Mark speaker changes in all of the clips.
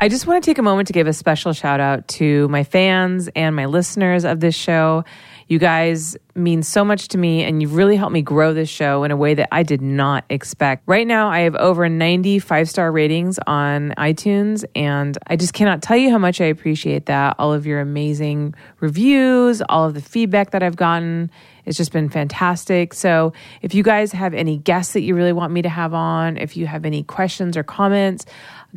Speaker 1: I just want to take a moment to give a special shout out to my fans and my listeners of this show. You guys mean so much to me, and you've really helped me grow this show in a way that I did not expect. Right now, I have over 95 star ratings on iTunes, and I just cannot tell you how much I appreciate that. All of your amazing reviews, all of the feedback that I've gotten. It's just been fantastic. So, if you guys have any guests that you really want me to have on, if you have any questions or comments,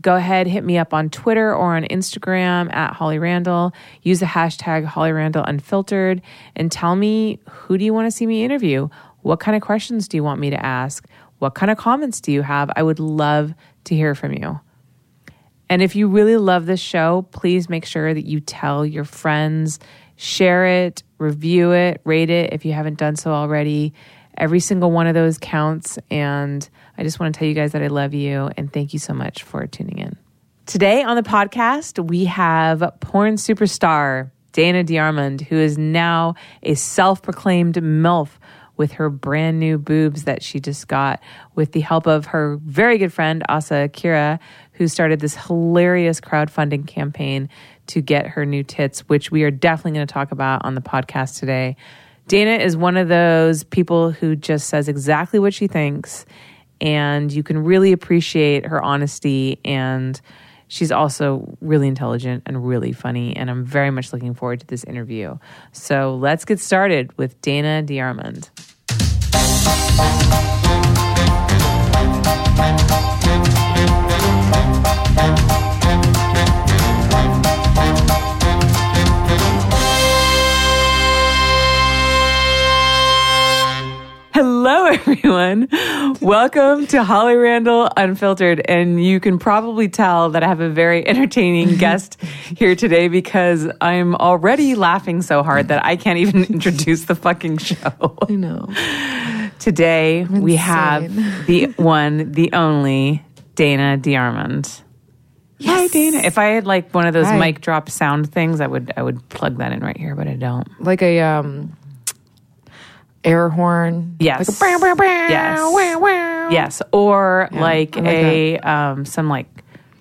Speaker 1: go ahead, hit me up on Twitter or on Instagram at Holly Randall. Use the hashtag Holly Randall Unfiltered and tell me who do you want to see me interview? What kind of questions do you want me to ask? What kind of comments do you have? I would love to hear from you. And if you really love this show, please make sure that you tell your friends, share it, review it, rate it if you haven't done so already. Every single one of those counts. And I just want to tell you guys that I love you and thank you so much for tuning in. Today on the podcast, we have porn superstar Dana Diarmond, who is now a self proclaimed MILF with her brand new boobs that she just got with the help of her very good friend, Asa Akira, who started this hilarious crowdfunding campaign to get her new tits, which we are definitely going to talk about on the podcast today. Dana is one of those people who just says exactly what she thinks, and you can really appreciate her honesty. And she's also really intelligent and really funny. And I'm very much looking forward to this interview. So let's get started with Dana Diarmond. Hello, everyone. Welcome to Holly Randall Unfiltered. And you can probably tell that I have a very entertaining guest here today because I'm already laughing so hard that I can't even introduce the fucking show.
Speaker 2: I know.
Speaker 1: Today, we have
Speaker 2: insane.
Speaker 1: the one, the only Dana Diarmond. Hi, Dana. If I had like one of those
Speaker 2: Hi.
Speaker 1: mic drop sound things, I would I would plug that in right here, but I don't.
Speaker 2: Like a um air horn.
Speaker 1: Yes.
Speaker 2: Like a bam bam bam.
Speaker 1: Yes.
Speaker 2: Wow, wow.
Speaker 1: Yes, or like,
Speaker 2: I like
Speaker 1: a um, some like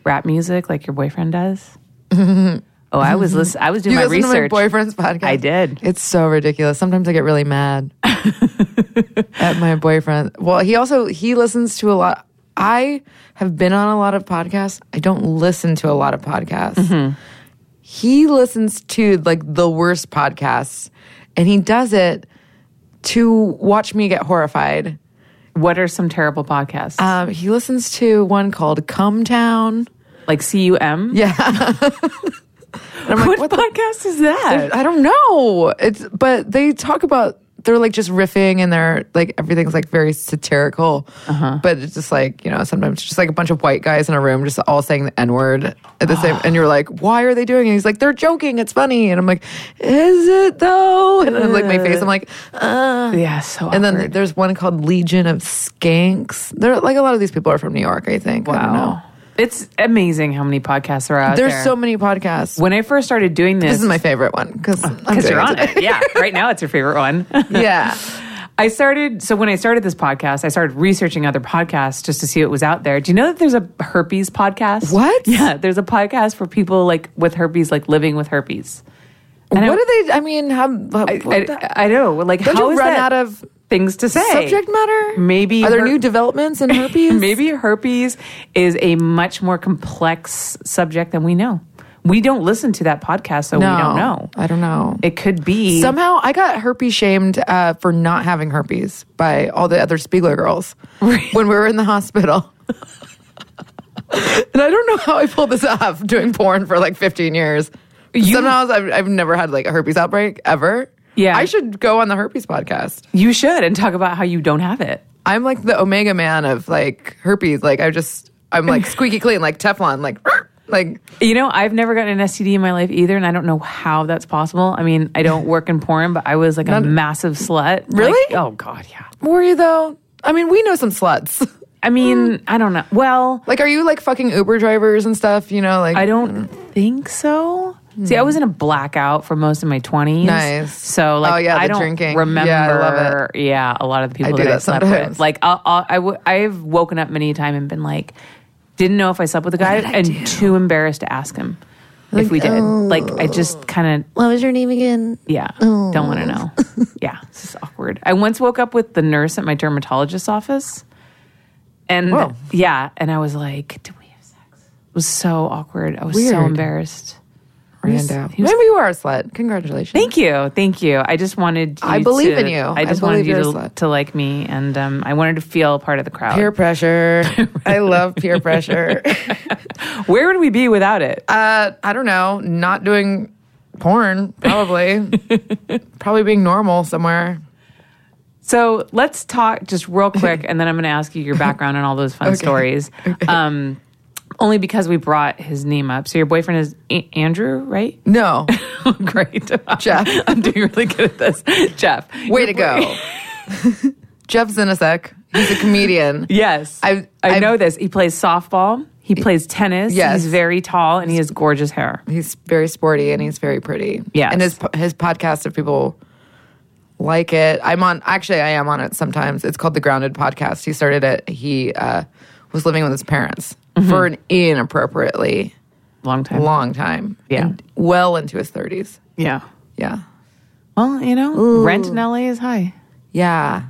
Speaker 1: rap music, like your boyfriend does. oh, I was listen- I was doing
Speaker 2: You
Speaker 1: my
Speaker 2: listen to my
Speaker 1: research.
Speaker 2: boyfriend's podcast.
Speaker 1: I did.
Speaker 2: It's so ridiculous. Sometimes I get really mad at my boyfriend. Well, he also he listens to a lot. I have been on a lot of podcasts. I don't listen to a lot of podcasts. He listens to like the worst podcasts, and he does it to watch me get horrified.
Speaker 1: What are some terrible podcasts?
Speaker 2: Um, he listens to one called Come Town.
Speaker 1: like CUM.
Speaker 2: Yeah. And I'm like,
Speaker 1: What,
Speaker 2: what the-
Speaker 1: podcast is that?
Speaker 2: I don't know. It's but they talk about they're like just riffing and they're like everything's like very satirical.
Speaker 1: Uh-huh.
Speaker 2: But it's just like, you know, sometimes it's just like a bunch of white guys in a room just all saying the N-word at the same and you're like, why are they doing it? He's like, they're joking, it's funny. And I'm like, is it though? And I'm like my face, I'm like, uh
Speaker 1: Yeah, so
Speaker 2: and then
Speaker 1: awkward.
Speaker 2: there's one called Legion of Skanks. They're like a lot of these people are from New York, I think. I don't know.
Speaker 1: wow, it's amazing how many podcasts are out
Speaker 2: There's
Speaker 1: there.
Speaker 2: so many podcasts.
Speaker 1: when I first started doing this,
Speaker 2: This is my favorite one because
Speaker 1: because Oh, you're on it. Yeah, right now it's your favorite one.
Speaker 2: yeah.
Speaker 1: I started so when I started this podcast, I started researching other podcasts just to see what was out there. Do you know that there's a herpes podcast?
Speaker 2: What?
Speaker 1: Yeah, there's a podcast for people like with herpes, like living with herpes. And
Speaker 2: what
Speaker 1: I,
Speaker 2: are they? I mean, how? what the-
Speaker 1: I, I know. Like,
Speaker 2: Don't
Speaker 1: how
Speaker 2: you
Speaker 1: is
Speaker 2: run
Speaker 1: that
Speaker 2: out of
Speaker 1: things to say?
Speaker 2: subject matter?
Speaker 1: Maybe
Speaker 2: are there
Speaker 1: her-
Speaker 2: new developments in herpes?
Speaker 1: Maybe herpes is a much more complex subject than we know. We don't listen to that podcast, so
Speaker 2: no,
Speaker 1: we don't know.
Speaker 2: I don't know.
Speaker 1: It could be
Speaker 2: Somehow, I got herpes shamed uh, for not having herpes by all the other Spiegler girls
Speaker 1: Right.
Speaker 2: when we were in the hospital. and I don't know how I pulled this off doing porn for like 15 years.
Speaker 1: You-
Speaker 2: Somehow, I've, I've never had like a herpes outbreak ever.
Speaker 1: Yeah.
Speaker 2: I should go on the herpes podcast.
Speaker 1: you should and talk about how you don't have it.
Speaker 2: I'm like the omega man of like herpes. Like I just I'm like squeaky clean, like Teflon, like like
Speaker 1: You know, I've never gotten an STD in my life either, and I don't know how that's possible. I mean, I don't work in porn, but I was like a massive slut.
Speaker 2: Really?
Speaker 1: Like, oh God, yeah.
Speaker 2: were you though? I mean, we know some sluts.
Speaker 1: I mean, I don't know. Well,
Speaker 2: Like, are you like fucking Uber drivers and stuff? You know, like mm. Hmm.
Speaker 1: I don't think so. See, I was in a blackout for most of my twenties.
Speaker 2: Nice.
Speaker 1: So, like,
Speaker 2: Oh, yeah,
Speaker 1: I
Speaker 2: the
Speaker 1: don't
Speaker 2: drinking.
Speaker 1: remember.
Speaker 2: Yeah, I love
Speaker 1: yeah, a lot of the people
Speaker 2: do
Speaker 1: that, I
Speaker 2: that
Speaker 1: slept
Speaker 2: sometimes.
Speaker 1: with. Like, I'll, I'll, I w- I've woken up many a time and been like, Didn't know if I slept with a guy
Speaker 2: did I
Speaker 1: and
Speaker 2: do? oh.
Speaker 1: too embarrassed to ask him if we did. Like I just kind of
Speaker 2: What was your name again? Oh.
Speaker 1: yeah, don't want to know. yeah, it's just awkward. I once woke up with the nurse at my dermatologist's office. And
Speaker 2: Whoa.
Speaker 1: yeah, and I was like, "Did we have sex?" It was so awkward. I was so
Speaker 2: Weird.
Speaker 1: embarrassed.
Speaker 2: Rando.
Speaker 1: he was-
Speaker 2: Maybe you are a slut. Congratulations.
Speaker 1: Thank you, thank you. I just wanted. You
Speaker 2: I believe
Speaker 1: to-
Speaker 2: in you.
Speaker 1: I
Speaker 2: I
Speaker 1: just
Speaker 2: believe
Speaker 1: wanted you
Speaker 2: you're a
Speaker 1: to,
Speaker 2: slut.
Speaker 1: to like me, and um, I wanted to feel part of the crowd.
Speaker 2: Peer pressure. I love peer pressure.
Speaker 1: Where would we be without it?
Speaker 2: Uh, I don't know. Not doing porn, probably. probably being normal somewhere.
Speaker 1: So let's talk just real quick, and then I'm going to ask you your background and all those fun stories. Um, only because we brought his name up. So your boyfriend is A- Andrew, right?
Speaker 2: No.
Speaker 1: Great,
Speaker 2: Jeff.
Speaker 1: I'm doing really good at this, Jeff.
Speaker 2: Way to go. Jeff Zinasek. He's a comedian.
Speaker 1: Yes,
Speaker 2: I've-
Speaker 1: I
Speaker 2: I've-
Speaker 1: know this. He plays softball. He plays tennis.
Speaker 2: Yes.
Speaker 1: he's very tall and he has gorgeous hair.
Speaker 2: He's very sporty and he's very pretty.
Speaker 1: Yes.
Speaker 2: And his his podcast, if people like it, I'm on. Actually, I am on it sometimes. It's called the Grounded Podcast. He started it. He uh, was living with his parents
Speaker 1: Mm-hmm.
Speaker 2: for an inappropriately
Speaker 1: Long time.
Speaker 2: long time.
Speaker 1: Yeah.
Speaker 2: And well into his 30s.
Speaker 1: Yeah.
Speaker 2: Yeah.
Speaker 1: Well, you know, rent in LA is high.
Speaker 2: Yeah.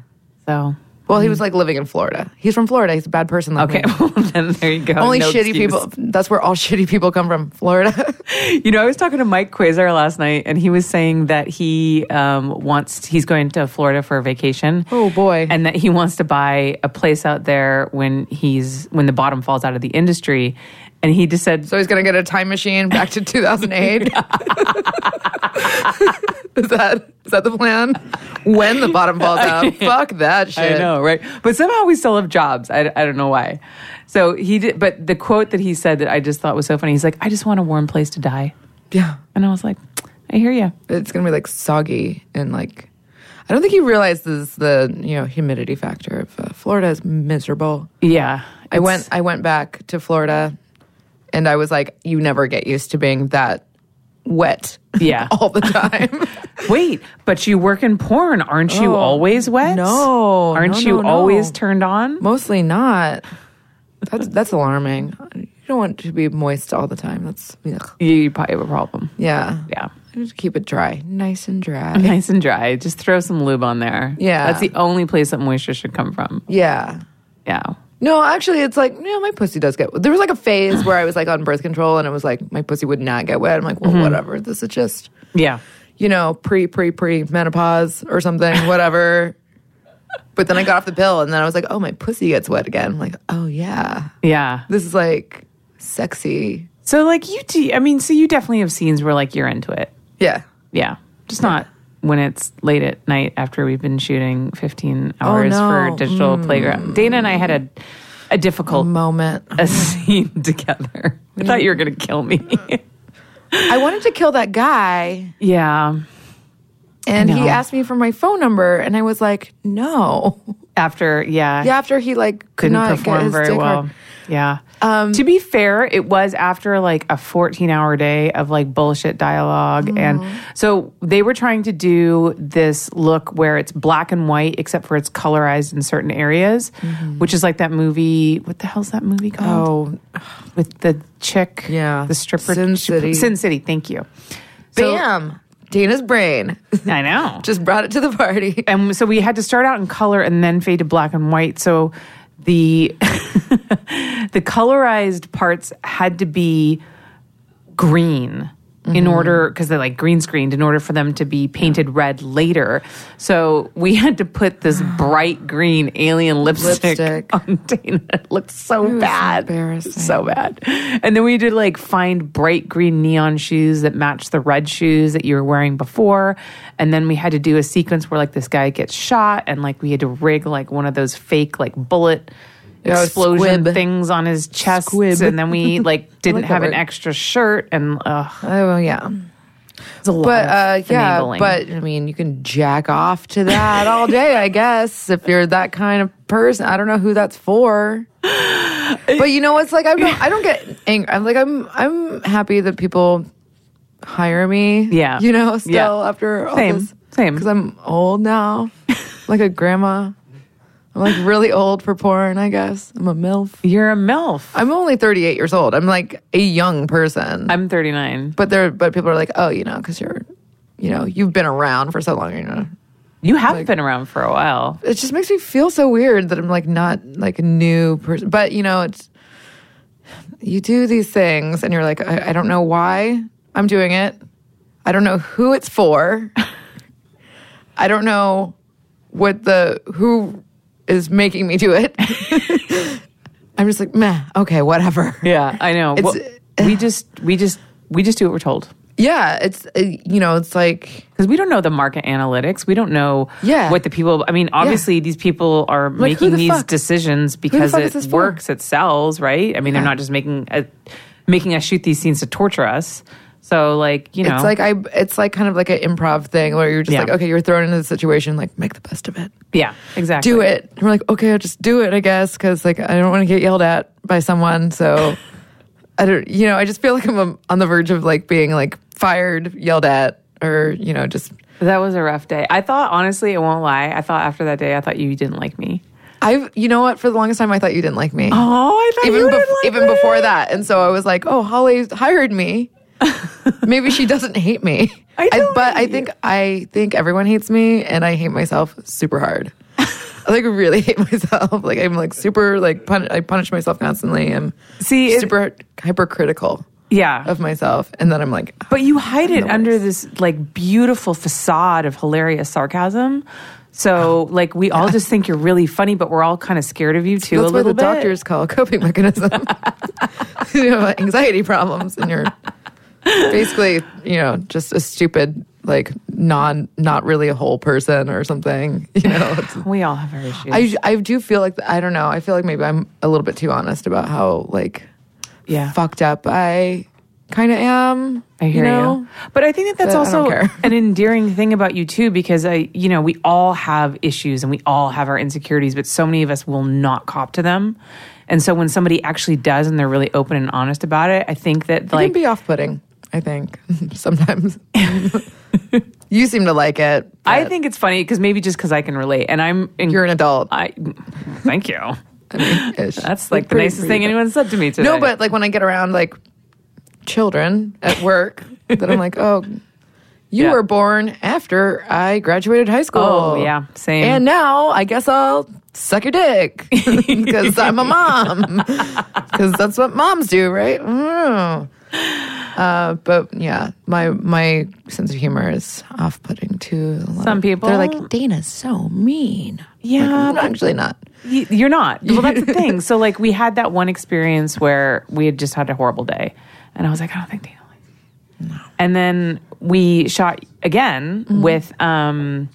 Speaker 1: So
Speaker 2: Well, he was like living in Florida. He's from Florida. He's a bad person. like
Speaker 1: okay,
Speaker 2: me.
Speaker 1: well, then there you go.
Speaker 2: Only
Speaker 1: No
Speaker 2: shitty
Speaker 1: excuse.
Speaker 2: people. That's where all shitty people come from. Florida.
Speaker 1: You know, I was talking to Mike Quasar last night, and he was saying that he um, wants he's going to Florida for a vacation.
Speaker 2: Oh, boy.
Speaker 1: And that he wants to buy a place out there when he's when the bottom falls out of the industry. And he just said,
Speaker 2: So he's gonna get a time machine back to 2008. is that is that the plan? When the bottom falls out, fuck that shit.
Speaker 1: I know, right? But somehow we still have jobs. I, I don't know why. So he did, but the quote that he said that I just thought was so funny. He's like, "I just want a warm place to die,"
Speaker 2: Yeah,
Speaker 1: and I was like, "I hear you."
Speaker 2: it's gonna be like soggy and like. I don't think he realizes the you know humidity factor of uh, Florida is miserable.
Speaker 1: Yeah,
Speaker 2: I went I went back to Florida, and I was like, you never get used to being that wet.
Speaker 1: Yeah.
Speaker 2: all the time.
Speaker 1: Oh, Wait, but you work in porn. Aren't you
Speaker 2: Oh,
Speaker 1: always wet?
Speaker 2: no,
Speaker 1: Aren't
Speaker 2: no,
Speaker 1: you
Speaker 2: no, no.
Speaker 1: always turned on?
Speaker 2: Mostly not. That's that's alarming. You don't want to be moist all the time. That's ugh.
Speaker 1: You, you probably have a problem.
Speaker 2: yeah.
Speaker 1: Yeah.
Speaker 2: Just keep it dry, nice and dry.
Speaker 1: Nice and dry. Just throw some lube on there.
Speaker 2: Yeah.
Speaker 1: That's the only place that moisture should come from.
Speaker 2: yeah.
Speaker 1: Yeah.
Speaker 2: No, actually, it's like no, my pussy does get. There was like a phase where I was like on birth control, and it was like my pussy would not get wet. I'm like, well, whatever. This is just
Speaker 1: Yeah.
Speaker 2: you know pre pre pre menopause or something, whatever. but then I got off the pill, and then I was like, oh, my pussy gets wet again. I'm like, oh yeah,
Speaker 1: Yeah.
Speaker 2: this is like sexy.
Speaker 1: So, like, you do, I mean, so you definitely have scenes where, like, you're into it.
Speaker 2: Yeah.
Speaker 1: Yeah. Just not when it's late at night after we've been shooting 15 hours
Speaker 2: no.
Speaker 1: for digital playground. Dana and I had a, a difficult
Speaker 2: Moment.
Speaker 1: a scene together. I thought you were going to kill me.
Speaker 2: I wanted to kill that guy,
Speaker 1: yeah.
Speaker 2: and
Speaker 1: I know.
Speaker 2: he asked me for my phone number, and I was like, no.
Speaker 1: after yeah,
Speaker 2: Yeah, after he like could
Speaker 1: didn't
Speaker 2: not get
Speaker 1: perform
Speaker 2: his
Speaker 1: very
Speaker 2: dick
Speaker 1: well
Speaker 2: hard. Um,
Speaker 1: yeah to be fair it was after like a 14 hour day of like bullshit dialog
Speaker 2: Mm-hmm.
Speaker 1: and so they were trying to do this look where it's black and white except for it's colorized in certain areas
Speaker 2: Mm-hmm.
Speaker 1: which is like that movie what the hell's that movie called
Speaker 2: Oh,
Speaker 1: with the chick
Speaker 2: Yeah.
Speaker 1: the stripper
Speaker 2: Sin City.
Speaker 1: sin city thank you So-
Speaker 2: bam! Dana's brain
Speaker 1: i know
Speaker 2: just brought it to the party.
Speaker 1: and so we had to start out in color and then fade to black and white. So the the colorized parts had to be green in order because they're like green screened in order for them to be painted red later. So we had to put this bright green alien lipstick,
Speaker 2: Lipstick.
Speaker 1: on Dana. It looked so
Speaker 2: was
Speaker 1: bad.
Speaker 2: embarrassing.
Speaker 1: So bad. And then we did like find bright green neon shoes that matched the red shoes that you were wearing before. And then we had to do a sequence where like this guy gets shot and like we had to rig like one of those fake like bullet
Speaker 2: Yeah,
Speaker 1: explosion
Speaker 2: squib.
Speaker 1: things on his chest.
Speaker 2: Squib.
Speaker 1: And then we like didn't
Speaker 2: that
Speaker 1: have an
Speaker 2: word.
Speaker 1: extra shirt and uh
Speaker 2: Oh yeah,
Speaker 1: it's a lot
Speaker 2: but
Speaker 1: of
Speaker 2: uh, yeah,
Speaker 1: finagling.
Speaker 2: but I mean, you can jack off to that all day, I guess, if you're that kind of person. I don't know who that's for, but you know, it's like I don't, I don't get angry. I'm like, I'm, I'm happy that people hire me.
Speaker 1: Yeah.
Speaker 2: you know, still
Speaker 1: Yeah.
Speaker 2: after all
Speaker 1: Same.
Speaker 2: this,
Speaker 1: Same.
Speaker 2: because I'm old now, like a grandma. I'm like really old for porn, I guess. I'm a MILF.
Speaker 1: You're a MILF.
Speaker 2: I'm only 38 years old. I'm like a young person.
Speaker 1: I'm 39.
Speaker 2: but there, but people are like, oh, you know, because you're, you know, you've been around for so long. You know,
Speaker 1: You have been around for a while.
Speaker 2: it just makes me feel so weird that I'm like not like a new person. But you know, it's you do these things, and you're like, I, I don't know why I'm doing it. I don't know who it's for. I don't know what the who is making me do it. I'm just like, meh, okay, whatever.
Speaker 1: Yeah, I know.
Speaker 2: It's-
Speaker 1: Well, we just we just we just do what we're told
Speaker 2: Yeah, it's uh, you know, it's like
Speaker 1: because we don't know the market analytics. We don't know
Speaker 2: Yeah.
Speaker 1: what the people. I mean, obviously these people are
Speaker 2: Like, who
Speaker 1: making
Speaker 2: the
Speaker 1: these
Speaker 2: fuck-
Speaker 1: decisions because
Speaker 2: fuck is this
Speaker 1: it
Speaker 2: for?
Speaker 1: works, it sells, right? I mean, they're not just making a, making us shoot these scenes to torture us. So, like you know,
Speaker 2: It's like I. It's like kind of like an improv thing where you're just
Speaker 1: Yeah.
Speaker 2: like, okay, you're thrown into the situation, like make the best of it,
Speaker 1: yeah, exactly.
Speaker 2: do it. And we're like, okay, I'll just do it, I guess, because like I don't want to get yelled at by someone, so I don't. You know, I just feel like I'm um, on the verge of like being like fired, yelled at, or you know, just
Speaker 1: That was a rough day. I thought, honestly, I won't lie. I thought after that day, I thought you didn't like me.
Speaker 2: I've. You know what? For the longest time, I thought you didn't like me.
Speaker 1: Oh, I thought
Speaker 2: even bef- even before that, and so I was like, oh, Holly hired me. Maybe she doesn't hate me.
Speaker 1: I don't
Speaker 2: but
Speaker 1: hate
Speaker 2: I think I think everyone hates me, and I hate myself super hard. I like really hate myself. Like I'm like super like pun- I punish myself constantly. I'm
Speaker 1: See, it-
Speaker 2: super hypercritical
Speaker 1: yeah,
Speaker 2: of myself, and then I'm like,
Speaker 1: but you hide it
Speaker 2: No
Speaker 1: under this like beautiful facade of hilarious sarcasm. So, like, we all just think you're really funny, but we're all kind of scared of you too
Speaker 2: that's
Speaker 1: a
Speaker 2: what
Speaker 1: little
Speaker 2: the
Speaker 1: bit.
Speaker 2: doctors call a coping mechanism. you have anxiety problems, and you're basically, you know, just a stupid, like non, not really a whole person or something. You know, It's-
Speaker 1: we all have our issues.
Speaker 2: I I do feel like I don't know. I feel like maybe I'm a little bit too honest about how like
Speaker 1: yeah,
Speaker 2: fucked up I kind of am.
Speaker 1: I hear you,
Speaker 2: know?
Speaker 1: But I think that that's
Speaker 2: But I don't
Speaker 1: also
Speaker 2: care.
Speaker 1: an endearing thing about you too, because I, you know, we all have issues and we all have our insecurities, but so many of us will not cop to them. And so when somebody actually does and they're really open and honest about it, I think that
Speaker 2: It
Speaker 1: like
Speaker 2: can be off-putting. I think sometimes. you seem to like it.
Speaker 1: I think it's funny because maybe just because I can relate and I'm in,
Speaker 2: You're an adult.
Speaker 1: I thank you.
Speaker 2: I mean, ish.
Speaker 1: That's like the
Speaker 2: Pretty-
Speaker 1: nicest
Speaker 2: pretty
Speaker 1: thing
Speaker 2: good.
Speaker 1: anyone said to me today.
Speaker 2: No, but like when I get around like children at work, that I'm like, oh, you
Speaker 1: Yeah.
Speaker 2: were born after I graduated high school.
Speaker 1: Oh, yeah, same.
Speaker 2: And now I guess I'll suck your dick because I'm a mom. Because that's what moms do, right? Mm. Uh, but yeah, my my sense of humor is off putting to a lot
Speaker 1: Some
Speaker 2: of-
Speaker 1: people. Uh,
Speaker 2: They're like Dana's so mean.
Speaker 1: Yeah,
Speaker 2: like, I'm actually not.
Speaker 1: Y- You're not. Well, that's the thing. So, like, we had that one experience where we had just had a horrible day, and I was like, I don't think Dana likes me. And then we shot again with um,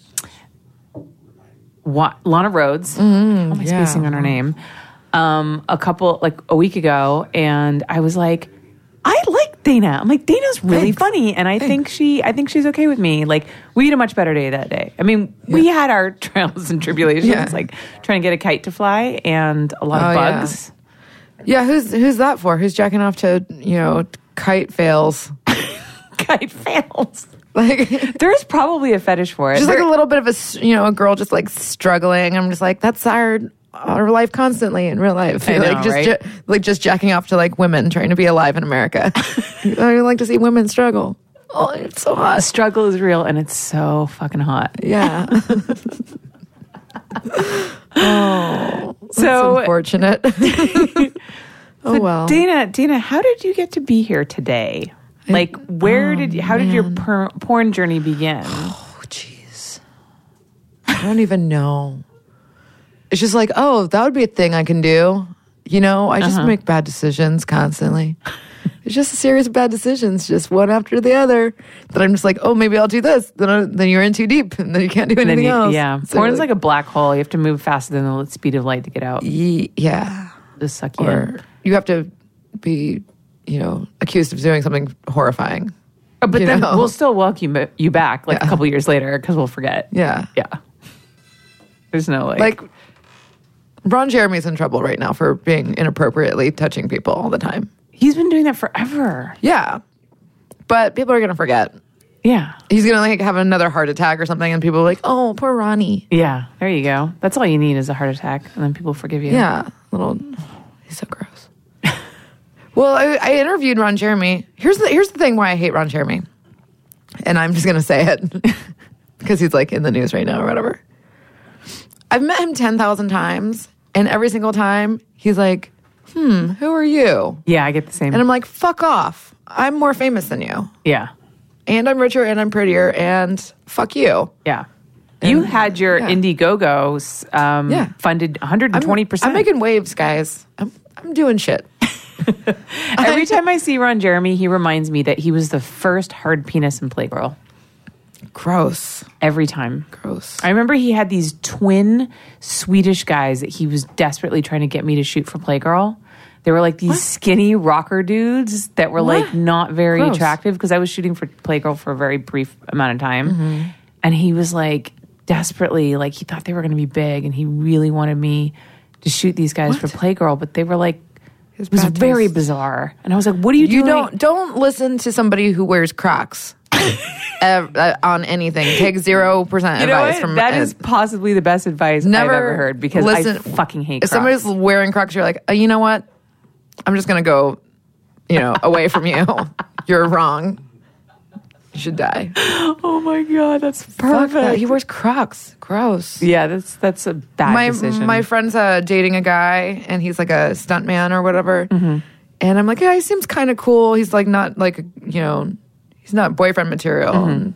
Speaker 1: Wa- Lana Rhodes. How am I
Speaker 2: yeah.
Speaker 1: spacing on her name? Um, a couple like a week ago, and I was like, I like Dana. I'm like, Dana's really funny, and I think she, I think she's okay with me. Like, we had a much better day that day. I mean, we had our trials and tribulations,
Speaker 2: Yeah.
Speaker 1: like trying to get a kite to fly and a lot of
Speaker 2: Oh, yeah.
Speaker 1: bugs.
Speaker 2: Yeah, who's who's that for? Who's jacking off to you know kite fails?
Speaker 1: Kite fails.
Speaker 2: Like just
Speaker 1: There's probably a fetish for it.
Speaker 2: like
Speaker 1: There-
Speaker 2: a little bit of a s- you know a girl just like struggling. I'm just like that's our our life constantly in real life.
Speaker 1: I know,
Speaker 2: like just
Speaker 1: right?
Speaker 2: ja- like just jacking off to like women trying to be alive in America. I like to see women struggle. Oh, it's so
Speaker 1: a
Speaker 2: hot.
Speaker 1: struggle is real, and it's so fucking hot.
Speaker 2: Yeah. oh, so
Speaker 1: So-
Speaker 2: unfortunate. oh well.
Speaker 1: Dana, Dana, how did you get to be here today? Like, where did you, how did your per- porn journey begin?
Speaker 2: Oh, jeez. I don't even know. It's just like, oh, that would be a thing I can do. You know, I
Speaker 1: Uh-huh.
Speaker 2: just make bad decisions constantly. it's just a series of bad decisions, just one after the other. That I'm just like, oh, maybe I'll do this. Then, I, then you're in too deep, and then you can't do
Speaker 1: Then
Speaker 2: anything
Speaker 1: you-
Speaker 2: else.
Speaker 1: yeah,
Speaker 2: So,
Speaker 1: porn's like a black hole. You have to move faster than the speed of light to get out.
Speaker 2: ye- yeah,
Speaker 1: Just suck you in.
Speaker 2: or you have to be, you know, accused of doing something horrifying.
Speaker 1: Uh, But
Speaker 2: you
Speaker 1: then
Speaker 2: know.
Speaker 1: we'll still welcome you- you back like a
Speaker 2: Yeah.
Speaker 1: couple years later because we'll forget.
Speaker 2: Yeah,
Speaker 1: Yeah. There's no like,
Speaker 2: like Ron Jeremy's in trouble right now for being inappropriately touching people all the time.
Speaker 1: He's been doing that forever.
Speaker 2: Yeah. But people are going to forget.
Speaker 1: Yeah.
Speaker 2: He's gonna like have another heart attack or something, and people are like, "Oh, poor Ronnie."
Speaker 1: Yeah. There you go. That's all you need is a heart attack, and then people forgive you.
Speaker 2: Yeah, little. He's so gross. well, I, I interviewed Ron Jeremy. Here's the here's the thing why I hate Ron Jeremy, and I'm just gonna say it because he's like in the news right now or whatever. I've met him ten thousand times, and every single time he's like, "Hmm, who are you?"
Speaker 1: Yeah, I get the same.
Speaker 2: And I'm like, "Fuck off! I'm more famous than you,
Speaker 1: yeah.
Speaker 2: and I'm richer, and I'm prettier, and fuck you."
Speaker 1: Yeah. You had your
Speaker 2: yeah.
Speaker 1: Indiegogo s- um,
Speaker 2: Yeah.
Speaker 1: funded
Speaker 2: I'm-
Speaker 1: 120%.
Speaker 2: I'm making waves, guys. I'm I'm doing shit.
Speaker 1: Every time I see Ron Jeremy, he reminds me that he was the first hard penis in Playgirl.
Speaker 2: Gross.
Speaker 1: Every time.
Speaker 2: Gross.
Speaker 1: I remember he had these twin Swedish guys that he was desperately trying to get me to shoot for Playgirl. They were like these skinny rocker dudes that were like
Speaker 2: What?
Speaker 1: not very
Speaker 2: Gross.
Speaker 1: attractive because I was shooting for Playgirl for a very brief amount of time. And he was like desperately, like he thought they were going to be big and he really wanted me to shoot these guys for Playgirl, but they were like, it was
Speaker 2: bad taste.
Speaker 1: very bizarre. And I was like, what are you,
Speaker 2: You
Speaker 1: doing?
Speaker 2: don't don't listen to somebody who wears Crocs ev- uh, on anything. Take zero percent
Speaker 1: You know
Speaker 2: advice
Speaker 1: what?
Speaker 2: from
Speaker 1: that
Speaker 2: uh,
Speaker 1: is possibly the best advice
Speaker 2: never
Speaker 1: I've ever heard because
Speaker 2: listen,
Speaker 1: I fucking hate
Speaker 2: If somebody's
Speaker 1: Crocs.
Speaker 2: wearing Crocs, you're like, uh, you know what? I'm just gonna go, you know, away from you. You're wrong. You should die.
Speaker 1: Oh my god, that's
Speaker 2: Fuck
Speaker 1: perfect.
Speaker 2: that. He wears Crocs. Gross.
Speaker 1: Yeah, that's that's a bad
Speaker 2: my
Speaker 1: decision.
Speaker 2: my friend's uh, dating a guy and he's like a stuntman or whatever
Speaker 1: Mm-hmm.
Speaker 2: and i'm like yeah he seems kind of cool he's like not like you know he's not boyfriend material
Speaker 1: Mm-hmm.
Speaker 2: and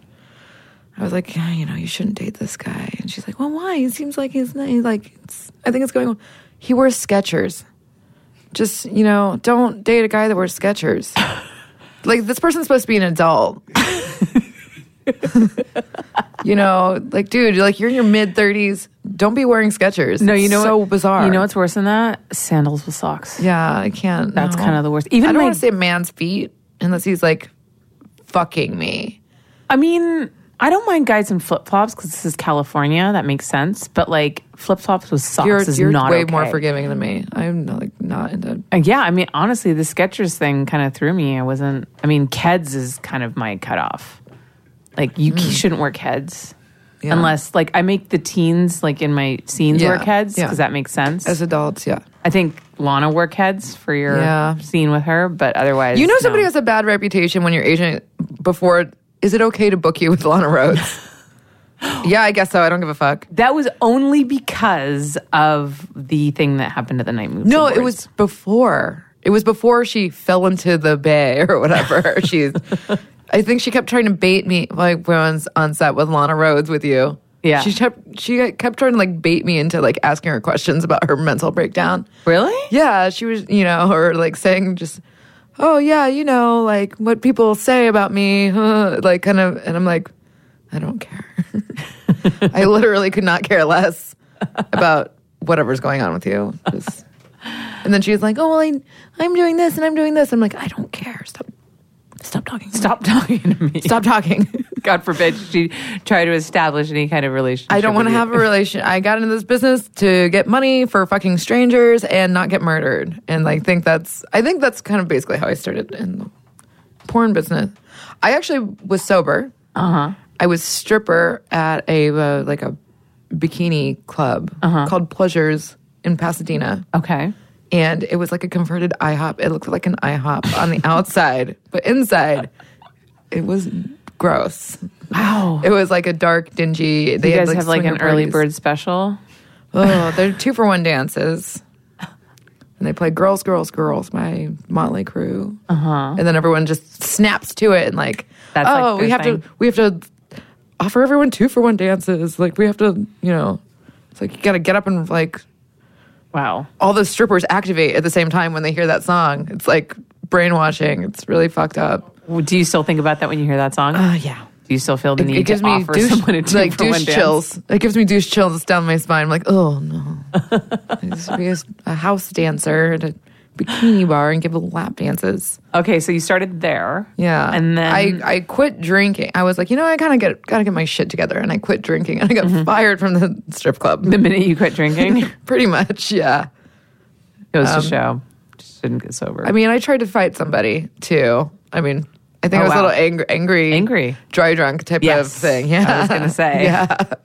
Speaker 2: i was like yeah, you know you shouldn't date this guy and she's like well why he seems like he's not he's like it's, i think it's going on he wears sketchers just you know don't date a guy that wears sketchers like this person's supposed to be an adult you know like dude you're like you're in your mid 30s don't be wearing sketchers
Speaker 1: no, you know
Speaker 2: so
Speaker 1: what-
Speaker 2: bizarre
Speaker 1: You know what's worse than that? Sandals with socks.
Speaker 2: yeah i can't
Speaker 1: That's
Speaker 2: no.
Speaker 1: kind of the worst. Even
Speaker 2: i don't
Speaker 1: my,
Speaker 2: want to say man's feet unless he's like fucking me
Speaker 1: I mean, I don't mind guys in flip flops because this is California. That makes sense. But like flip flops with socks
Speaker 2: you're,
Speaker 1: is
Speaker 2: you're
Speaker 1: not
Speaker 2: way
Speaker 1: okay.
Speaker 2: more forgiving than me i'm not, like not into
Speaker 1: Uh, Yeah, I mean, honestly, the Skechers thing kind of threw me. I wasn't. I mean, Keds is kind of my cutoff. Like, you c- shouldn't wear Keds
Speaker 2: Hmm. Yeah.
Speaker 1: unless, like, I make the teens like in my scenes
Speaker 2: Yeah,
Speaker 1: wear Keds because
Speaker 2: yeah.
Speaker 1: that makes sense.
Speaker 2: as adults yeah
Speaker 1: I think Lana wore Keds for your
Speaker 2: Yeah.
Speaker 1: scene with her, but otherwise,
Speaker 2: you know
Speaker 1: no.
Speaker 2: somebody has a bad reputation when your agent before is it okay to book you with lana rhodes yeah i guess so i don't give a fuck
Speaker 1: That was only because of the thing that happened at the night movie.
Speaker 2: No, it was before. It was before she fell into the bay or whatever. She's. I think she kept trying to bait me like when I was on set with Lana Rhodes with you.
Speaker 1: Yeah.
Speaker 2: She kept she kept trying to like bait me into like asking her questions about her mental breakdown.
Speaker 1: really.
Speaker 2: Yeah, she was, you know, or like saying just, "Oh yeah, you know, like what people say about me," huh," like kind of and I'm like, "I don't care." I literally could not care less about whatever's going on with you. Just- and then she was like, "Oh, well, I, I'm doing this and I'm doing this." I'm like, "I don't care. Stop. Stop talking. Stop,
Speaker 1: Stop talking to me.
Speaker 2: talking."
Speaker 1: God forbid she try to establish any kind of relationship.
Speaker 2: I don't want
Speaker 1: with you.
Speaker 2: to have a relation. I got into this business to get money for fucking strangers and not get murdered. And I think that's I think that's kind of basically how I started in the porn business. I actually was sober.
Speaker 1: Uh-huh.
Speaker 2: Uh huh. I was stripper at a uh, like a bikini club
Speaker 1: Uh-huh.
Speaker 2: called Pleasures in Pasadena
Speaker 1: Okay.
Speaker 2: and it was like a converted IHOP. It looked like an IHOP on the outside, but inside, it was gross.
Speaker 1: Wow.
Speaker 2: It was like a dark, dingy. They
Speaker 1: You
Speaker 2: had,
Speaker 1: guys have like
Speaker 2: swinger
Speaker 1: an early bird
Speaker 2: parties.
Speaker 1: special.
Speaker 2: Oh, they're two for one dances. And they play Girls, Girls, Girls by Motley Crue. Uh-huh. And then everyone just snaps to it and like,
Speaker 1: That's, like,
Speaker 2: oh, we
Speaker 1: their
Speaker 2: have
Speaker 1: thing.
Speaker 2: to we have to offer everyone two for one dances. Like we have to, you know, it's like you got to get up and like
Speaker 1: Wow.
Speaker 2: all the strippers activate at the same time when they hear that song. It's like brainwashing. It's really fucked up.
Speaker 1: Do you still think about that when you hear that song?
Speaker 2: Oh yeah.
Speaker 1: Do you still feel the
Speaker 2: It,
Speaker 1: need
Speaker 2: it gives
Speaker 1: to
Speaker 2: me
Speaker 1: offer
Speaker 2: douche,
Speaker 1: someone a two
Speaker 2: like
Speaker 1: for one
Speaker 2: douche
Speaker 1: dance?
Speaker 2: chills. It gives me douche chills down my spine. I'm like, oh no. I used to be a, a house dancer at a bikini bar and give lap dances.
Speaker 1: Okay, so you started there.
Speaker 2: Yeah,
Speaker 1: And then
Speaker 2: I, I quit drinking. I was like, you know, I kind of get gotta get my shit together, and I quit drinking, and I got
Speaker 1: Mm-hmm.
Speaker 2: fired from the strip club.
Speaker 1: the minute you quit drinking,
Speaker 2: Pretty much, yeah.
Speaker 1: Um, goes to show. Just didn't get sober.
Speaker 2: I mean, I tried to fight somebody too. I mean, I think
Speaker 1: Oh,
Speaker 2: I was
Speaker 1: wow.
Speaker 2: a little angry, angry,
Speaker 1: Angry.
Speaker 2: dry drunk type
Speaker 1: Yes.
Speaker 2: of thing.
Speaker 1: I
Speaker 2: Yeah,
Speaker 1: was gonna say.
Speaker 2: yeah, a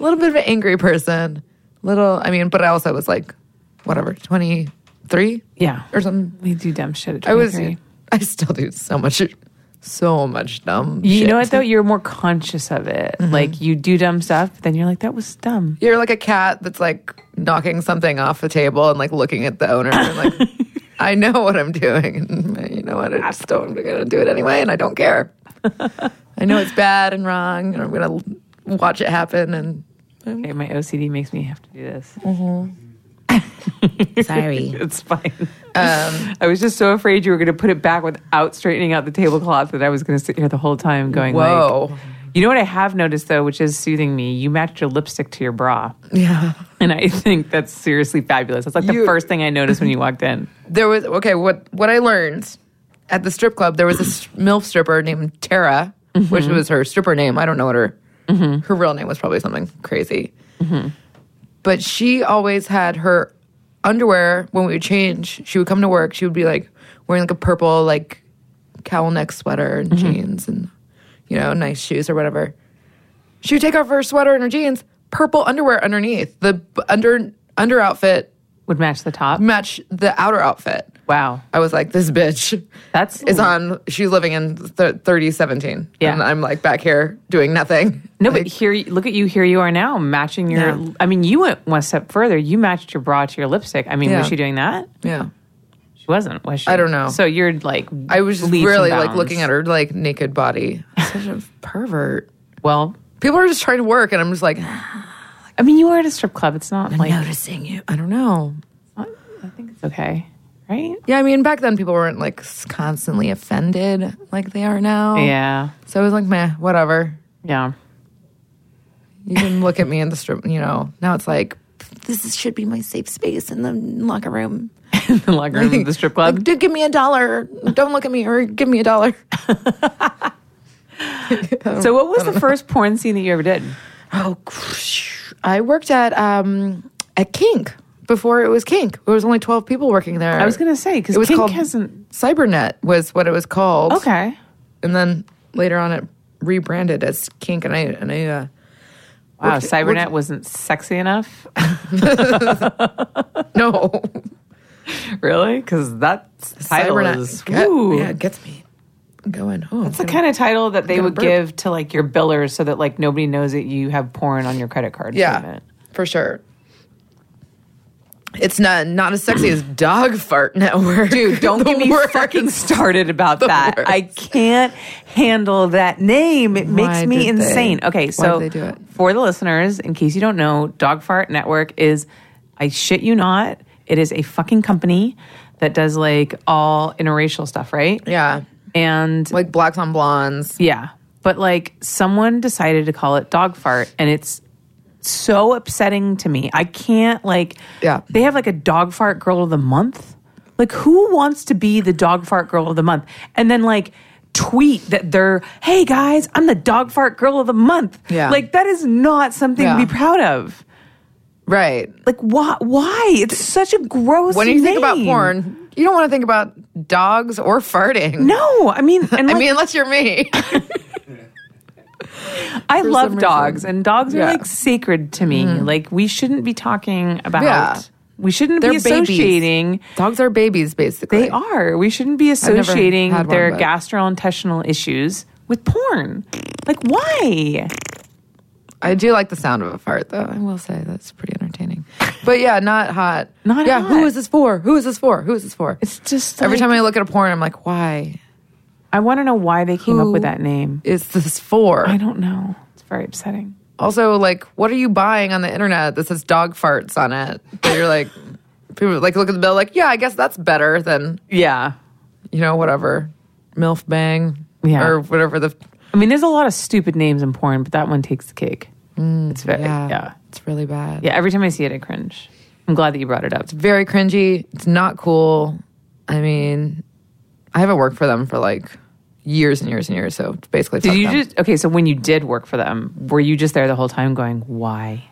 Speaker 2: little bit of an angry person. Little, I mean, but I also was like, whatever, twenty three
Speaker 1: Yeah.
Speaker 2: or something.
Speaker 1: We do dumb shit at
Speaker 2: I was,
Speaker 1: 23.
Speaker 2: I still do so much, so much dumb.
Speaker 1: You
Speaker 2: shit.
Speaker 1: know what though? You're more conscious of it. Like you do dumb stuff, but then you're like, that was dumb.
Speaker 2: You're like a cat that's like knocking something off the table and like looking at the owner and like, I know what I'm doing. And you know what? I just don't, I'm going to do it anyway and I don't care. I know it's bad and wrong and I'm going to watch it happen. And
Speaker 1: Okay, my OCD makes me have to do this.
Speaker 2: sorry.
Speaker 1: It's fine. I was just so afraid you were going to put it back without straightening out the tablecloth that I was going to sit here the whole time going, like-
Speaker 2: Whoa.
Speaker 1: you know what I have noticed though, which is soothing me? You matched your lipstick to your bra.
Speaker 2: Yeah.
Speaker 1: And I think that's seriously fabulous. That's like the
Speaker 2: You-
Speaker 1: first thing I noticed when you walked in.
Speaker 2: There was, okay, what, what I learned at the strip club, there was a s- MILF stripper named Tara, which was her stripper name. I don't know what her, her real name was probably something crazy. but she always had her underwear when we would change. She would come to work. She would be like wearing like a purple like cowl neck sweater and jeans and you know nice shoes or whatever. She would take off her sweater and her jeans, purple underwear underneath. The b- under under outfit
Speaker 1: Would match the top.
Speaker 2: match the outer outfit.
Speaker 1: Wow.
Speaker 2: I was like, this bitch
Speaker 1: That's
Speaker 2: is on. She's living in th- thirty seventeen,
Speaker 1: Yeah.
Speaker 2: and I'm like back here doing nothing.
Speaker 1: No, but here, look at you. Here you are now, matching your.
Speaker 2: Yeah.
Speaker 1: I mean, you went one step further. You matched your bra to your lipstick. I mean,
Speaker 2: Yeah.
Speaker 1: was she doing that?
Speaker 2: Yeah.
Speaker 1: She wasn't, was she?
Speaker 2: I don't know.
Speaker 1: So you're like,
Speaker 2: I was just
Speaker 1: leaps and
Speaker 2: really like
Speaker 1: bounds.
Speaker 2: looking at her like naked body. Such a pervert.
Speaker 1: Well,
Speaker 2: People are just trying to work, and I'm just like
Speaker 1: I mean, you are at a strip club. It's not like
Speaker 2: noticing you. I don't know.
Speaker 1: I think it's okay, right?
Speaker 2: Yeah, I mean, back then people weren't like s- constantly offended like they are now.
Speaker 1: Yeah,
Speaker 2: So I was like, meh, whatever.
Speaker 1: yeah.
Speaker 2: You can look at me in the strip. You know, now it's like this is, should be my safe space in the locker room.
Speaker 1: the locker room of the strip club.
Speaker 2: Like, dude, give me a dollar. Don't look at me, or give me a dollar.
Speaker 1: so, what was the first porn scene that you ever did?
Speaker 2: Oh, gosh. I worked at um at Kink before it was Kink. There was only twelve people working there.
Speaker 1: I was gonna say because
Speaker 2: it was
Speaker 1: Kink
Speaker 2: called
Speaker 1: hasn't.
Speaker 2: Cybernet was what it was called.
Speaker 1: Okay,
Speaker 2: and then later on it rebranded as Kink, and I and I uh,
Speaker 1: wow.
Speaker 2: Worked-
Speaker 1: Cybernet
Speaker 2: worked-
Speaker 1: wasn't sexy enough,
Speaker 2: no
Speaker 1: really, because that title is
Speaker 2: get-
Speaker 1: Ooh.
Speaker 2: yeah it gets me going. Oh,
Speaker 1: It's the kind of title that they
Speaker 2: gonna
Speaker 1: would
Speaker 2: burp.
Speaker 1: give to like your billers so that like nobody knows that you have porn on your credit card
Speaker 2: yeah,
Speaker 1: statement.
Speaker 2: for sure. It's not not as sexy as Dog Fart Network,
Speaker 1: Dude, don't
Speaker 2: The
Speaker 1: get me
Speaker 2: worst.
Speaker 1: fucking started about that.
Speaker 2: worst.
Speaker 1: I can't handle that name. It
Speaker 2: Why
Speaker 1: makes me
Speaker 2: did they-
Speaker 1: insane. Okay,
Speaker 2: why
Speaker 1: so
Speaker 2: did they do it?
Speaker 1: for the listeners, in case you don't know, Dog Fart Network is I shit you not, it is a fucking company that does like all interracial stuff, right?
Speaker 2: Yeah,
Speaker 1: And
Speaker 2: like blacks on blondes.
Speaker 1: Yeah. But like someone decided to call it dog fart and it's so upsetting to me. I can't like
Speaker 2: Yeah.
Speaker 1: they have like a dog fart girl of the month. Like who wants to be the dog fart girl of the month? And then like tweet that they're, "Hey guys, I'm the dog fart girl of the month."
Speaker 2: Yeah.
Speaker 1: Like that is not something
Speaker 2: Yeah.
Speaker 1: to be proud of.
Speaker 2: Right.
Speaker 1: Like why why? It's such a gross
Speaker 2: When you think about
Speaker 1: name.
Speaker 2: porn, you don't want to think about dogs or farting.
Speaker 1: No, I mean and
Speaker 2: I
Speaker 1: like,
Speaker 2: mean, unless you're me.
Speaker 1: I love
Speaker 2: some
Speaker 1: dogs,
Speaker 2: reason.
Speaker 1: and dogs
Speaker 2: Yeah. Mm-hmm.
Speaker 1: are like sacred to me. Like we shouldn't be talking about.
Speaker 2: Yeah.
Speaker 1: We shouldn't be
Speaker 2: They're babies.
Speaker 1: associating.
Speaker 2: dogs are babies, basically.
Speaker 1: They are. We shouldn't be
Speaker 2: never
Speaker 1: associating
Speaker 2: had one,
Speaker 1: their
Speaker 2: but-
Speaker 1: gastrointestinal issues with porn. Like why?
Speaker 2: I do like the sound of a fart, though. I will say that's pretty entertaining. But yeah, not hot.
Speaker 1: Not
Speaker 2: yeah.
Speaker 1: hot.
Speaker 2: Who is this for? Who is this for? Who is this for?
Speaker 1: It's just
Speaker 2: Every
Speaker 1: like-
Speaker 2: time I look at a porn, I'm like, why
Speaker 1: I want to know why they came up with
Speaker 2: Who-
Speaker 1: that name.
Speaker 2: is this for?
Speaker 1: I don't know. It's very upsetting.
Speaker 2: Also, like, what are you buying on the internet that says dog farts on it? That you're like, people like look at the bill, like, yeah, I guess that's better than
Speaker 1: Yeah.
Speaker 2: you know whatever, milf bang,
Speaker 1: Yeah.
Speaker 2: or whatever the
Speaker 1: I mean, there's a lot of stupid names in porn, but that one takes the cake.
Speaker 2: Mm,
Speaker 1: it's very yeah. yeah.
Speaker 2: It's really bad.
Speaker 1: Every time I see it, I cringe. I'm glad that you brought it up.
Speaker 2: Very cringy. It's not cool. I mean, I haven't worked for them for like years and years and years. So basically,
Speaker 1: Did
Speaker 2: fuck
Speaker 1: you
Speaker 2: them.
Speaker 1: just okay? So when you did work for them, were you just there the whole time going, "Why?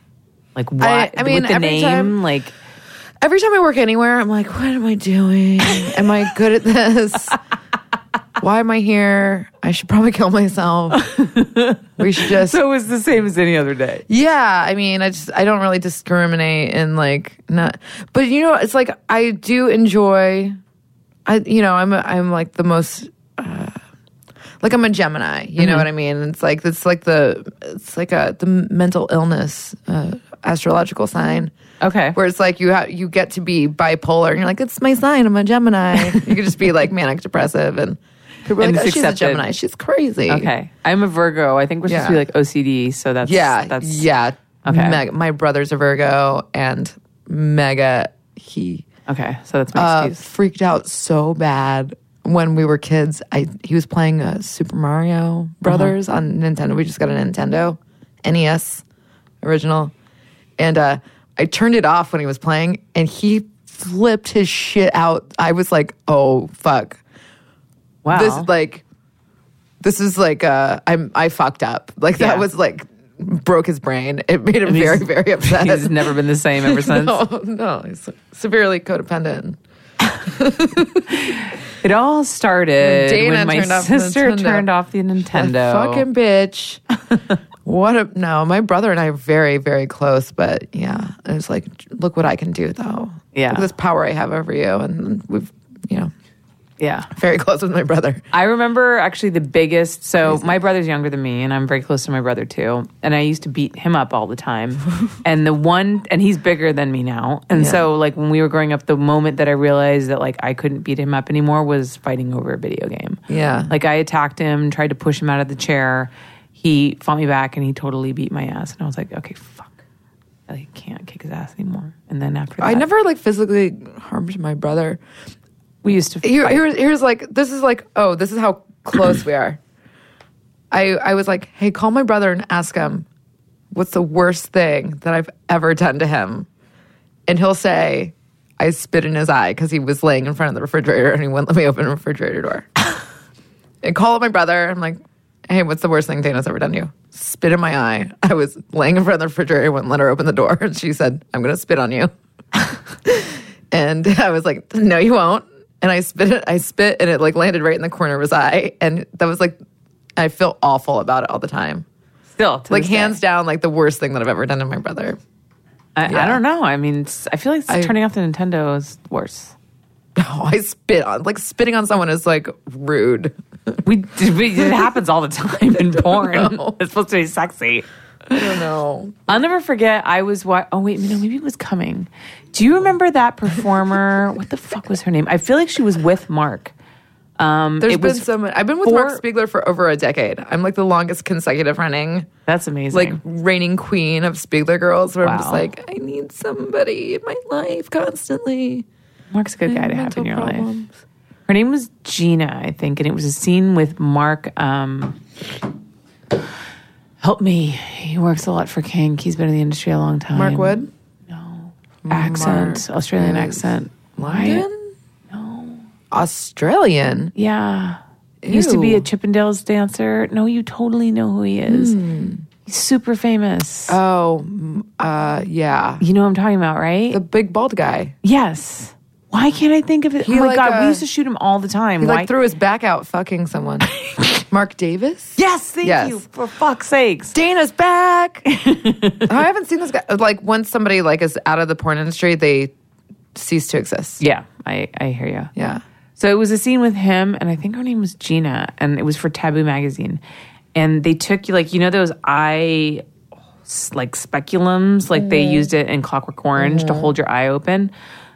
Speaker 1: Like why?"
Speaker 2: I mean,
Speaker 1: with the
Speaker 2: every
Speaker 1: name,
Speaker 2: time-
Speaker 1: like
Speaker 2: Every time I work anywhere, I'm like, what am I doing? am I good at this? why am I here? I should probably kill myself. we should just
Speaker 1: So it was the same as any other day.
Speaker 2: Yeah, I mean, I just I don't really discriminate and like not, but you know, it's like I do enjoy. I you know I'm a, I'm like the most. Uh, like I'm a Gemini, you
Speaker 1: Mm-hmm.
Speaker 2: know what I mean? It's like it's like the it's like a the mental illness uh, astrological sign
Speaker 1: Okay.
Speaker 2: where it's like you have you get to be bipolar and you're like it's my sign, I'm a Gemini. you could just be like manic depressive and people are
Speaker 1: And
Speaker 2: like oh,
Speaker 1: it's
Speaker 2: she's a
Speaker 1: accepted.
Speaker 2: Gemini, she's crazy.
Speaker 1: okay. I'm a Virgo. I think we're supposed
Speaker 2: Yeah.
Speaker 1: to be like OCD. So that's
Speaker 2: Yeah,
Speaker 1: That's
Speaker 2: yeah.
Speaker 1: Okay.
Speaker 2: Meg- my brother's a Virgo, and mega he
Speaker 1: okay. So that's my
Speaker 2: uh,
Speaker 1: excuse.
Speaker 2: freaked out so bad when we were kids. I he was playing uh, Super Mario Brothers
Speaker 1: Uh-huh.
Speaker 2: on Nintendo. We just got a Nintendo NES original, and uh, I turned it off when he was playing, and he flipped his shit out. I was like, oh fuck
Speaker 1: Wow.
Speaker 2: this is like this is like uh i'm i fucked up like
Speaker 1: Yeah.
Speaker 2: that was like broke his brain it made him
Speaker 1: he's-
Speaker 2: very very upset
Speaker 1: He's never been the same ever since.
Speaker 2: no no he's severely codependent
Speaker 1: It all started
Speaker 2: Dana
Speaker 1: when my
Speaker 2: turned off the
Speaker 1: sister
Speaker 2: Nintendo.
Speaker 1: turned off the Nintendo.
Speaker 2: fucking bitch what a no my brother and i are very very close but yeah it was like look what i can do though
Speaker 1: Yeah.
Speaker 2: Look at this power i have over you and we've you know
Speaker 1: yeah.
Speaker 2: very close with my brother
Speaker 1: I remember actually the biggest. So my brother's younger than me, and I'm very close to my brother too. And I used to beat him up all the time. and the one, and he's bigger than me now. And so like when we were growing up, the moment that I realized that like I couldn't beat him up anymore was fighting over a video game.
Speaker 2: Yeah.
Speaker 1: Like I attacked him, tried to push him out of the chair. He fought me back, and he totally beat my ass. And I was like, okay, fuck. I can't kick his ass anymore. And then after that,
Speaker 2: i never like physically harmed my brother
Speaker 1: we used to.
Speaker 2: here,
Speaker 1: fight.
Speaker 2: here, here's like this is like oh this is how close we are i i was like hey call my brother and ask him what's the worst thing that i've ever done to him and he'll say i spit in his eye because he was laying in front of the refrigerator and he wouldn't let me open the refrigerator door and call up my brother i'm like hey what's the worst thing dana's ever done to you spit in my eye i was laying in front of the refrigerator and wouldn't let her open the door and she said i'm gonna spit on you and I was like, "No, you won't." And I spit it. I spit, and it like landed right in the corner of his eye. And that was like, I feel awful about it all the time.
Speaker 1: still to
Speaker 2: Like
Speaker 1: this day.
Speaker 2: hands down, like the worst thing that I've ever done to my brother.
Speaker 1: I, I
Speaker 2: Yeah.
Speaker 1: don't know. I mean, it's, I feel like
Speaker 2: I-
Speaker 1: turning off the Nintendo is worse.
Speaker 2: Oh, I spit on like spitting on someone is like rude.
Speaker 1: We, we it happens all the time in porn.
Speaker 2: know.
Speaker 1: It's supposed to be sexy.
Speaker 2: I don't know.
Speaker 1: I'll never forget. I was wa Oh wait, no, maybe it was coming. Do you remember that performer? what the fuck was her name? I feel like she was with Mark. Um,
Speaker 2: There's
Speaker 1: it
Speaker 2: been
Speaker 1: was
Speaker 2: so many. I've been with
Speaker 1: four-
Speaker 2: Mark Spiegler for over a decade. I'm like the longest consecutive running
Speaker 1: that's amazing.
Speaker 2: like reigning queen of Spiegler girls. Where I'm just
Speaker 1: Wow.
Speaker 2: like, I need somebody in my life constantly.
Speaker 1: Mark's a good guy to have
Speaker 2: mental
Speaker 1: in your life.
Speaker 2: problems.
Speaker 1: Her name was Gina, I think, and it was a scene with Mark. Um, help me. He works a lot for Kink. He's been in the industry a long time.
Speaker 2: Mark Wood,
Speaker 1: No. Accent, Australian
Speaker 2: is
Speaker 1: accent. Why?
Speaker 2: London,
Speaker 1: No.
Speaker 2: Australian.
Speaker 1: Yeah. Used to be a Chippendales dancer. No, you totally know who he is.
Speaker 2: Hmm.
Speaker 1: He's super famous.
Speaker 2: Oh, mm, uh, yeah.
Speaker 1: you know what I'm talking about, right?
Speaker 2: The big bald guy.
Speaker 1: yes. Why can't I think of it? Oh my
Speaker 2: like,
Speaker 1: God, we
Speaker 2: uh,
Speaker 1: used to shoot him all the time.
Speaker 2: He
Speaker 1: Why?
Speaker 2: like threw his back out fucking someone. Mark Davis?
Speaker 1: yes, thank
Speaker 2: Yes.
Speaker 1: you. For fuck's sakes.
Speaker 2: Dana's back. Oh, I haven't seen this guy. Like once somebody like is out of the porn industry, they cease to exist.
Speaker 1: Yeah, I, I hear you.
Speaker 2: Yeah.
Speaker 1: So it was a scene with him, and I think her name was Gina, and it was for Taboo magazine. And they took you like you know those eye s- like speculums, like
Speaker 2: Mm-hmm.
Speaker 1: they used it in Clockwork Orange to hold your eye open.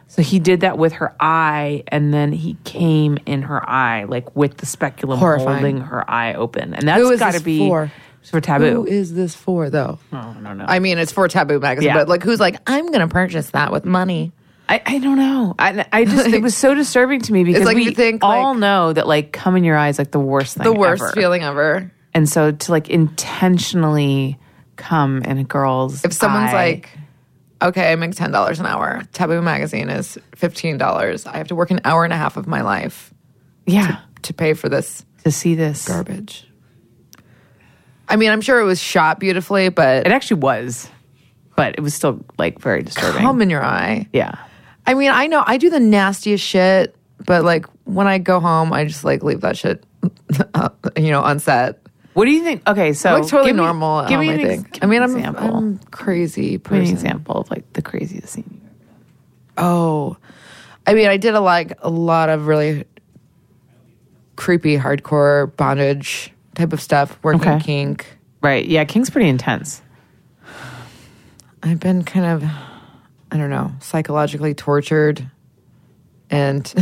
Speaker 1: So he did that with her eye, and then he came in her eye, like with the speculum
Speaker 2: Horrifying.
Speaker 1: holding her eye open, and that's
Speaker 2: Who is
Speaker 1: got to
Speaker 2: this
Speaker 1: be
Speaker 2: for?
Speaker 1: it's for Taboo.
Speaker 2: Who is this for though?
Speaker 1: I don't know.
Speaker 2: I mean, it's for Taboo magazine,
Speaker 1: Yeah.
Speaker 2: but like who's like I'm going to purchase that with money?
Speaker 1: I, I don't know. I, I just it was so disturbing to me because
Speaker 2: like
Speaker 1: we
Speaker 2: you think,
Speaker 1: all
Speaker 2: like-
Speaker 1: know that like come in your eyes like the worst thing.
Speaker 2: The worst
Speaker 1: ever.
Speaker 2: feeling ever.
Speaker 1: And so to like intentionally come in a girl's
Speaker 2: If someone's
Speaker 1: eye-
Speaker 2: like, okay, I make ten dollars an hour. Taboo magazine is fifteen dollars. I have to work an hour and a half of my life
Speaker 1: yeah,
Speaker 2: to pay for this
Speaker 1: to, see this. It
Speaker 2: garbage. I mean, I'm sure it was shot beautifully, but
Speaker 1: actually was, but it was still like very disturbing.
Speaker 2: come in your eye.
Speaker 1: yeah.
Speaker 2: I mean, I know I do the nastiest shit, but like when I go home, I just like leave that shit, up, you know, unset.
Speaker 1: What do you think? Okay, so
Speaker 2: I look totally
Speaker 1: give me-
Speaker 2: normal at
Speaker 1: give
Speaker 2: home,
Speaker 1: me an
Speaker 2: I
Speaker 1: ex-
Speaker 2: think.
Speaker 1: give
Speaker 2: I mean,
Speaker 1: an
Speaker 2: I'm,
Speaker 1: example.
Speaker 2: I'm a crazy
Speaker 1: Give me an
Speaker 2: person.
Speaker 1: examest of like the craziest scene.
Speaker 2: Oh, I mean, I did a like a lot of really creepy, hardcore bondage type of stuff. Working
Speaker 1: Okay.
Speaker 2: kink.
Speaker 1: Right? Yeah, King's pretty intense.
Speaker 2: I've been kind of, I don't know, psychologically tortured, and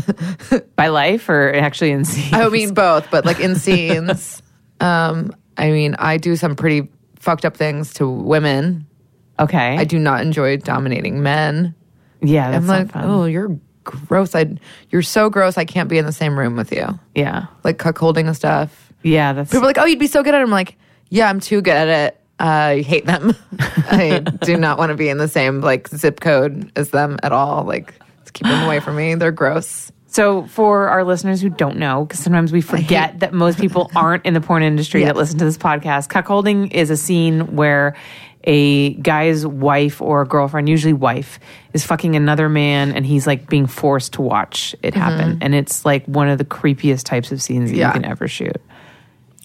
Speaker 1: By life or actually in scene?
Speaker 2: I mean both, but like in scenes. um, I mean, I do some pretty fucked up things to women.
Speaker 1: okay.
Speaker 2: I do not enjoy dominating men.
Speaker 1: yeah, that's
Speaker 2: I'm
Speaker 1: not
Speaker 2: like,
Speaker 1: fun.
Speaker 2: oh, you're gross. I, you're so gross. I can't be in the same room with you.
Speaker 1: Yeah.
Speaker 2: Like cuckolding and stuff.
Speaker 1: Yeah, that's
Speaker 2: People are like, oh, you'd be so good at it. I'm like, yeah, I'm too good at it. I hate them. I do not want to be in the same like zip code as them at all. Like, let's keep them away from me. They're gross.
Speaker 1: So, for our listeners who don't know, because sometimes we forget that most people aren't in the porn industry that
Speaker 2: Yes.
Speaker 1: listen to this podcast, cuckolding is a scene where a guy's wife or girlfriend, usually wife, is fucking another man and he's like being forced to watch it happen. And it's like one of the creepiest types of scenes that
Speaker 2: Mm-hmm. Yeah.
Speaker 1: you can ever shoot.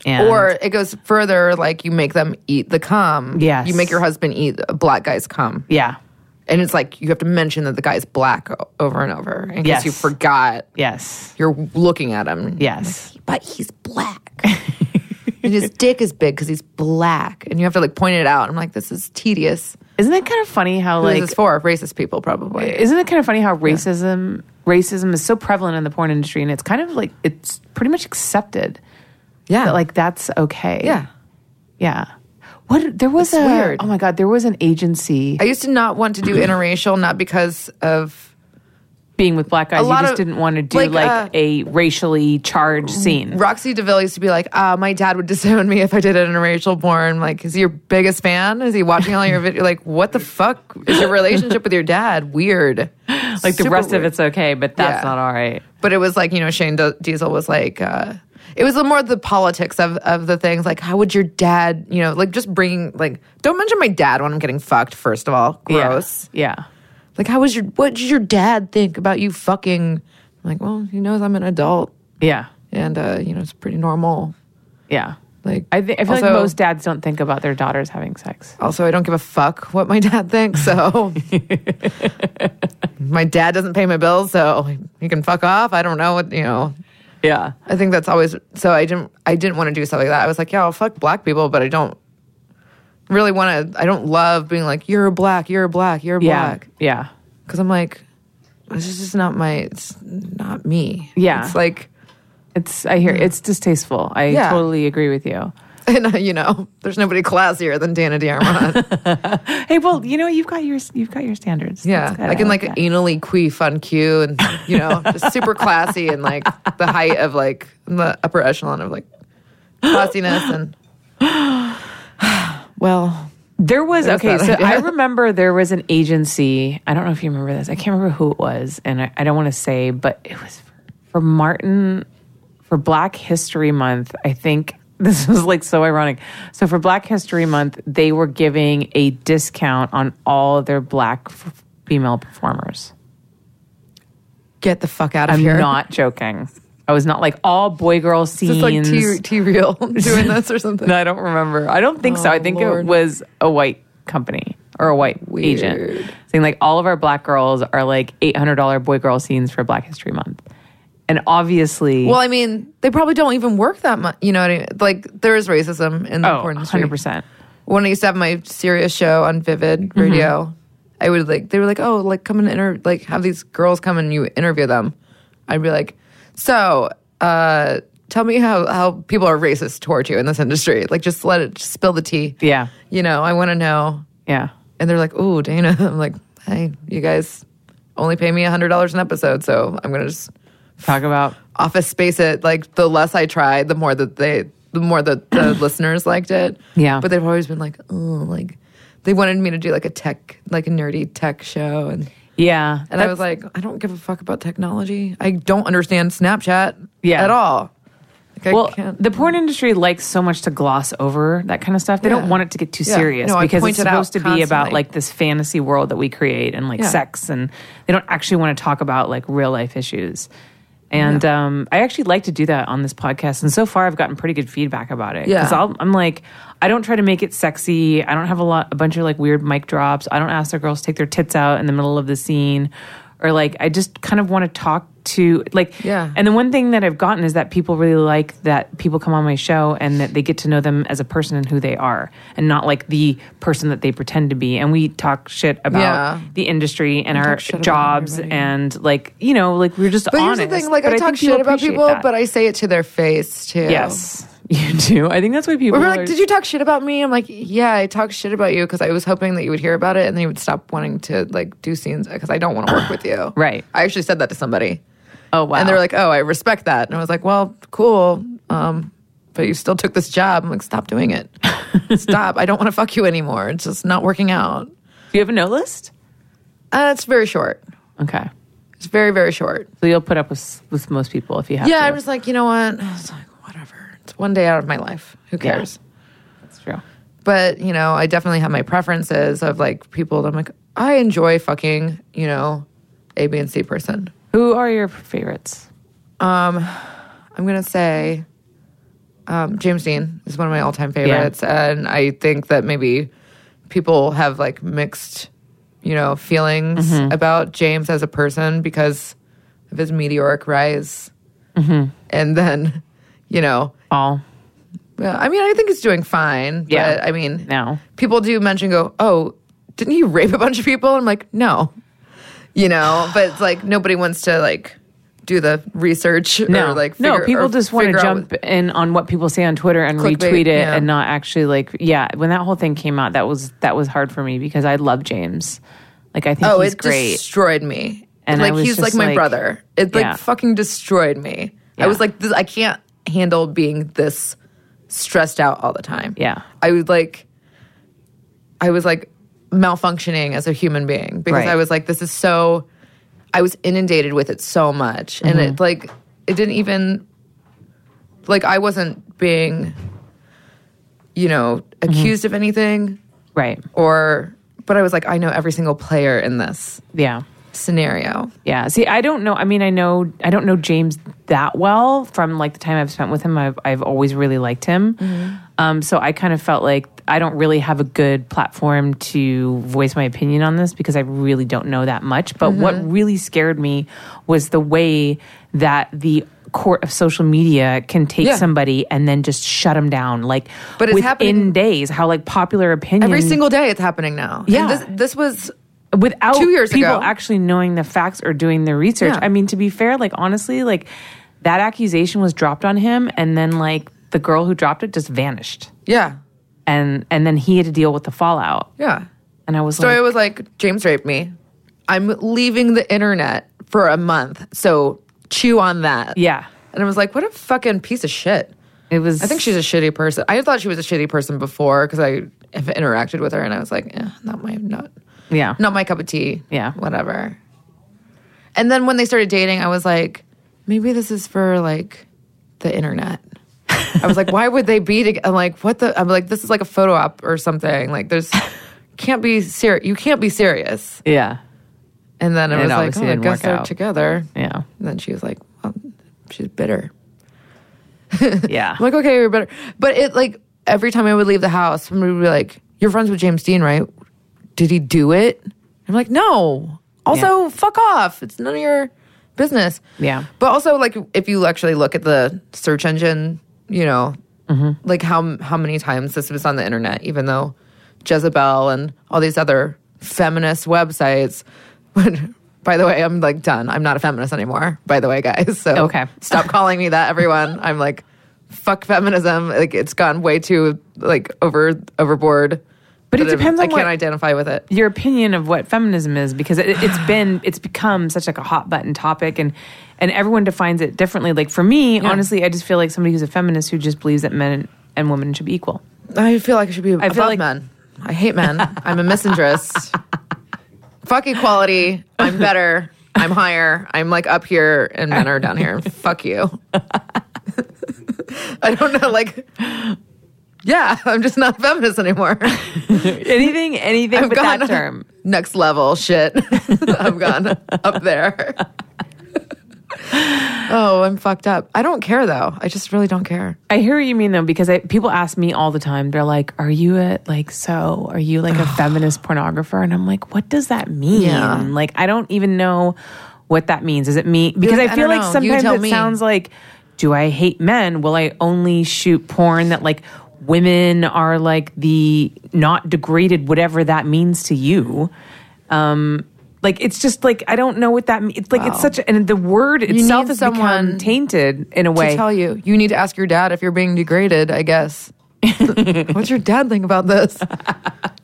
Speaker 1: And
Speaker 2: Or it goes further, like you make them eat the cum.
Speaker 1: Yes.
Speaker 2: You make your husband eat a black guy's cum.
Speaker 1: yeah,
Speaker 2: And it's like you have to mention that the guy's black o- over and over in case
Speaker 1: Yes.
Speaker 2: you forgot
Speaker 1: yes,
Speaker 2: you're looking at him.
Speaker 1: yes.
Speaker 2: But he's black. and his dick is big because he's black. And you have to like point it out. I'm like, this is tedious.
Speaker 1: Isn't it kind of funny how
Speaker 2: Who is
Speaker 1: like
Speaker 2: this for? Racist people, probably.
Speaker 1: isn't it kind of funny how racism racism is so prevalent in the porn industry and it's kind of like it's pretty much accepted
Speaker 2: Yeah,
Speaker 1: that like that's okay
Speaker 2: yeah.
Speaker 1: yeah what there was
Speaker 2: It's
Speaker 1: a
Speaker 2: weird.
Speaker 1: oh my god there was an agency
Speaker 2: I used to not want to do interracial, not because of
Speaker 1: being with black guys you
Speaker 2: lot
Speaker 1: just
Speaker 2: of-
Speaker 1: didn't want to do like,
Speaker 2: like, uh,
Speaker 1: a racially charged scene
Speaker 2: Roxy Deville used to be like, uh, my dad would disown me if I did interracial porn. Like, is he your biggest fan? Is he watching all your videos? Like, what the fuck is your relationship with your dad? Weird.
Speaker 1: like the rest of it's okay but that's
Speaker 2: Yeah.
Speaker 1: not all right
Speaker 2: But it was like, you know, Shane Do- Diesel was like, uh, it was more the politics of, of the things. Like, how would your dad, you know, like just bringing, like, don't mention my dad when I'm getting fucked, first of all.
Speaker 1: Yeah.
Speaker 2: Gross.
Speaker 1: yeah,
Speaker 2: Like, how was your, what did your dad think about you fucking? I'm like, well, he knows I'm an adult
Speaker 1: yeah.
Speaker 2: and, uh, you know, it's pretty normal.
Speaker 1: Yeah.
Speaker 2: Like,
Speaker 1: I, th- I feel like
Speaker 2: also-
Speaker 1: most dads don't think about their daughters having sex.
Speaker 2: Also, I don't give a fuck what my dad thinks. So, my dad doesn't pay my bills. So, he can fuck off. I don't know what, you know.
Speaker 1: Yeah.
Speaker 2: I think that's always so. I didn't. I didn't want to do stuff like that. I was like, yeah, I'll fuck black people, but I don't really want to. I don't love being like, you're a black, you're a black, you're a
Speaker 1: Yeah.
Speaker 2: black.
Speaker 1: Yeah.
Speaker 2: because I'm like, this is just not my, it's not me.
Speaker 1: Yeah.
Speaker 2: it's like,
Speaker 1: It's I hear it's distasteful. I
Speaker 2: Hmm. Yeah.
Speaker 1: totally agree with you.
Speaker 2: and uh, you know, there's nobody classier than Dana D'Armond.
Speaker 1: Hey, well, you know you've got your you've got your standards.
Speaker 2: yeah,
Speaker 1: That's good.
Speaker 2: I can like
Speaker 1: that.
Speaker 2: anally queef on cue, and you know, just super classy and like the height of like the upper echelon of like classiness and. Well,
Speaker 1: there was
Speaker 2: There's
Speaker 1: okay.
Speaker 2: that
Speaker 1: So
Speaker 2: idea.
Speaker 1: I remember there was an agency. I don't know if you remember this. I can't remember who it was, and I, I don't want to say, but it was for, for Martin for Black History Month. I think this was like so ironic. So for Black History Month, they were giving a discount on all their black f- female performers.
Speaker 2: get the fuck out of
Speaker 1: I'm
Speaker 2: here.
Speaker 1: not joking. I was not like all boy girl scenes.
Speaker 2: It's like T T real doing this or something.
Speaker 1: No, I don't remember. I don't think so.
Speaker 2: Oh,
Speaker 1: I think it
Speaker 2: Lord.
Speaker 1: was a white company or a white agent
Speaker 2: Weird.
Speaker 1: saying like all of our black girls are like eight hundred dollar boy girl scenes for Black History Month, and obviously,
Speaker 2: Well, I mean, they probably don't even work that much. You know what I mean? Like, there is racism in the
Speaker 1: oh,
Speaker 2: porn industry.
Speaker 1: 100 percent.
Speaker 2: When I used to have my serious show on Vivid Radio, I would like, they were like, oh, like, come and inter, like, have these girls come and you interview them. I'd be like, so, uh, tell me how, how people are racist toward you in this industry. Like, just let it, just spill the tea.
Speaker 1: Yeah,
Speaker 2: You know, I want to know.
Speaker 1: yeah,
Speaker 2: And they're like, oh, Dana. I'm like, hey, you guys only pay me $100 an episode, so I'm going to just
Speaker 1: talk about
Speaker 2: office space it like the less i tried the more that they the more that the listeners liked it
Speaker 1: Yeah.
Speaker 2: but they've always been like oh like they wanted me to do like a tech like a nerdy tech show and
Speaker 1: yeah.
Speaker 2: and i was like i don't give a fuck about technology i don't understand snapchat
Speaker 1: Yeah.
Speaker 2: at all like i
Speaker 1: well,
Speaker 2: can't
Speaker 1: the porn industry likes so much to gloss over that kind of stuff. They don't
Speaker 2: Yeah.
Speaker 1: want it to get too
Speaker 2: Yeah.
Speaker 1: serious
Speaker 2: No, I
Speaker 1: because
Speaker 2: point
Speaker 1: it's
Speaker 2: it out
Speaker 1: supposed to be about
Speaker 2: constantly.
Speaker 1: like this fantasy world that we create and like
Speaker 2: Yeah.
Speaker 1: sex, and they don't actually want to talk about like real life issues. And um, I actually like to do that on this podcast. And so far, I've gotten pretty good feedback about it.
Speaker 2: Yeah.
Speaker 1: Because I'm like, I don't try to make it sexy. I don't have a lot, a bunch of like weird mic drops. I don't ask the girls to take their tits out in the middle of the scene. Or like, I just kind of want to talk to, like,
Speaker 2: Yeah.
Speaker 1: And the one thing that I've gotten is that people really like that people come on my show and that they get to know them as a person and who they are and not like the person that they pretend to be. And we talk shit about
Speaker 2: Yeah.
Speaker 1: the industry and our
Speaker 2: shit about
Speaker 1: jobs
Speaker 2: everybody.
Speaker 1: and like, you know, like we're just
Speaker 2: But
Speaker 1: honest.
Speaker 2: here's the thing: like
Speaker 1: But
Speaker 2: I
Speaker 1: think
Speaker 2: talk shit about
Speaker 1: appreciate
Speaker 2: people,
Speaker 1: that.
Speaker 2: but I say it to their face too.
Speaker 1: yes, you do. I think that's why people
Speaker 2: We're
Speaker 1: are-
Speaker 2: like, did you talk shit about me? I'm like, yeah, I talked shit about you because I was hoping that you would hear about it and then you would stop wanting to like do scenes because I don't want to work with you.
Speaker 1: Right.
Speaker 2: I actually said that to somebody.
Speaker 1: Oh wow!
Speaker 2: And they were like, oh, I respect that. And I was like, well, cool. Um, but you still took this job. I'm like, stop doing it. stop. I don't want to fuck you anymore. It's just not working out.
Speaker 1: do you have a no list?
Speaker 2: Uh, it's very short.
Speaker 1: Okay,
Speaker 2: It's very, very short.
Speaker 1: so you'll put up with with most people if you have.
Speaker 2: Yeah,
Speaker 1: to.
Speaker 2: I was like, you know what? I was like, whatever. It's one day out of my life. Who
Speaker 1: Yeah.
Speaker 2: cares?
Speaker 1: that's true.
Speaker 2: But, you know, I definitely have my preferences of like people that I'm like, I enjoy fucking, you know, A, B, and C person.
Speaker 1: Who are your favorites?
Speaker 2: I'm gonna say um, James Dean is one of my all-time favorites, and I think that maybe people have like mixed, you know, feelings about James as a person because of his meteoric rise, and then, you know,
Speaker 1: All
Speaker 2: well, I mean, I think he's doing fine.
Speaker 1: Yeah.
Speaker 2: but I mean,
Speaker 1: now.
Speaker 2: people do mention go, oh, didn't he rape a bunch of people? I'm like, no, you know, but it's like nobody wants to like do the research
Speaker 1: No,
Speaker 2: or like
Speaker 1: no.
Speaker 2: figure-
Speaker 1: People
Speaker 2: or
Speaker 1: just want
Speaker 2: figure
Speaker 1: to
Speaker 2: out
Speaker 1: jump in on what people say on Twitter and
Speaker 2: Clickbait,
Speaker 1: retweet it,
Speaker 2: yeah.
Speaker 1: and not actually like yeah. When that whole thing came out, that was that was hard for me because I love James. Like I think
Speaker 2: Oh,
Speaker 1: he's
Speaker 2: it
Speaker 1: great.
Speaker 2: destroyed me.
Speaker 1: And I
Speaker 2: like
Speaker 1: was
Speaker 2: he's like
Speaker 1: just
Speaker 2: my
Speaker 1: like-
Speaker 2: brother. It
Speaker 1: Yeah.
Speaker 2: like fucking destroyed me.
Speaker 1: Yeah.
Speaker 2: I was like, this, I can't handle being this stressed out all the time.
Speaker 1: Yeah.
Speaker 2: I was like, I was like malfunctioning as a human being because
Speaker 1: Right.
Speaker 2: I was like, this is so. I was inundated with it so much, and
Speaker 1: Mm-hmm.
Speaker 2: it like it didn't even like I wasn't being, you know,
Speaker 1: Mm-hmm.
Speaker 2: accused of anything
Speaker 1: right?
Speaker 2: or. But I was like, I know every single player in this
Speaker 1: Yeah,
Speaker 2: scenario.
Speaker 1: yeah. See, I don't know. I mean, I know I don't know James that well from like the time I've spent with him. I've I've always really liked him.
Speaker 2: Mm-hmm.
Speaker 1: Um, so I kind of felt like I don't really have a good platform to voice my opinion on this because I really don't know that much. But
Speaker 2: Mm-hmm.
Speaker 1: what really scared me was the way that the court of social media can take
Speaker 2: Yeah.
Speaker 1: somebody and then just shut them down like
Speaker 2: But it's
Speaker 1: within
Speaker 2: happening-
Speaker 1: days how like popular opinion
Speaker 2: Every single day it's happening now. And
Speaker 1: Yeah.
Speaker 2: this, this was
Speaker 1: without
Speaker 2: Two years
Speaker 1: people
Speaker 2: ago.
Speaker 1: actually knowing the facts or doing the research.
Speaker 2: Yeah.
Speaker 1: I mean, to be fair, like honestly, like that accusation was dropped on him, and then like the girl who dropped it just vanished,
Speaker 2: yeah.
Speaker 1: and and then he had to deal with the fallout.
Speaker 2: Yeah.
Speaker 1: And I was
Speaker 2: So I
Speaker 1: like,
Speaker 2: was like, James raped me. I'm leaving the internet for a month. So chew on that.
Speaker 1: yeah,
Speaker 2: And I was like, what a fucking piece of shit.
Speaker 1: it was.
Speaker 2: I think she's a shitty person. I thought she was a shitty person before because I have interacted with her and I was like, eh, not my not
Speaker 1: yeah,
Speaker 2: not my cup of tea.
Speaker 1: Yeah.
Speaker 2: Whatever. And then when they started dating, I was like, maybe this is for like the internet. I was like, why would they be together? I'm like, what the? I'm like, this is like a photo op or something. Like, there's can't be serious. You can't be serious.
Speaker 1: yeah,
Speaker 2: And then I
Speaker 1: And it
Speaker 2: was like,
Speaker 1: obviously
Speaker 2: oh, I
Speaker 1: didn't
Speaker 2: guess
Speaker 1: work
Speaker 2: they're
Speaker 1: out.
Speaker 2: together.
Speaker 1: yeah,
Speaker 2: And then she was like, well, she's bitter.
Speaker 1: yeah.
Speaker 2: I'm like, okay, you're better. But it like every time I would leave the house, somebody would be like, You're friends with James Dean, right? Did he do it? I'm like, No. Also, fuck off. It's none of your business.
Speaker 1: Yeah.
Speaker 2: But also like if you actually look at the search engine, you know, like how how many times this was on the internet, even though Jezebel and all these other feminist websites would by the way, I'm like done. I'm not a feminist anymore, by the way, guys. So
Speaker 1: Okay.
Speaker 2: stop calling me that everyone i'm like fuck feminism like it's gone way too like over overboard
Speaker 1: But it
Speaker 2: That I'm-
Speaker 1: depends on
Speaker 2: i can't
Speaker 1: what-
Speaker 2: identify with it
Speaker 1: your opinion of what feminism is because it, it's been it's become such like a hot button topic and and everyone defines it differently like for me honestly i just feel like somebody who's a feminist who just believes that men and women should be equal
Speaker 2: i feel like i should be above
Speaker 1: like-
Speaker 2: men i hate men i'm a misandrist fuck equality i'm better i'm higher i'm like up here and men are down here fuck you i don't know like yeah i'm just not a feminist anymore
Speaker 1: anything anything
Speaker 2: I've
Speaker 1: but
Speaker 2: gone
Speaker 1: that term
Speaker 2: next level shit. I've gone up there. oh, I'm fucked up. I don't care though. I just really don't care.
Speaker 1: I hear what you mean though, because I, people ask me all the time. They're like, "Are you a like so? Are you like a feminist pornographer?" And I'm like, "What does that mean?
Speaker 2: Yeah.
Speaker 1: Like, I don't even know what that means. Does it mean because
Speaker 2: like,
Speaker 1: I
Speaker 2: I
Speaker 1: feel
Speaker 2: don't
Speaker 1: like
Speaker 2: know. You
Speaker 1: sometimes
Speaker 2: tell
Speaker 1: it
Speaker 2: me.
Speaker 1: sounds like, do I hate men? Will I only shoot porn that like women are like the not degraded, whatever that means to you?" Um, like it's just like I don't know what that means. It's like it's such a, and the word itself
Speaker 2: need
Speaker 1: has become
Speaker 2: someone
Speaker 1: tainted in a
Speaker 2: To
Speaker 1: way.
Speaker 2: tell you, you need to ask your dad if you're being degraded. I guess. What's your dad think about this?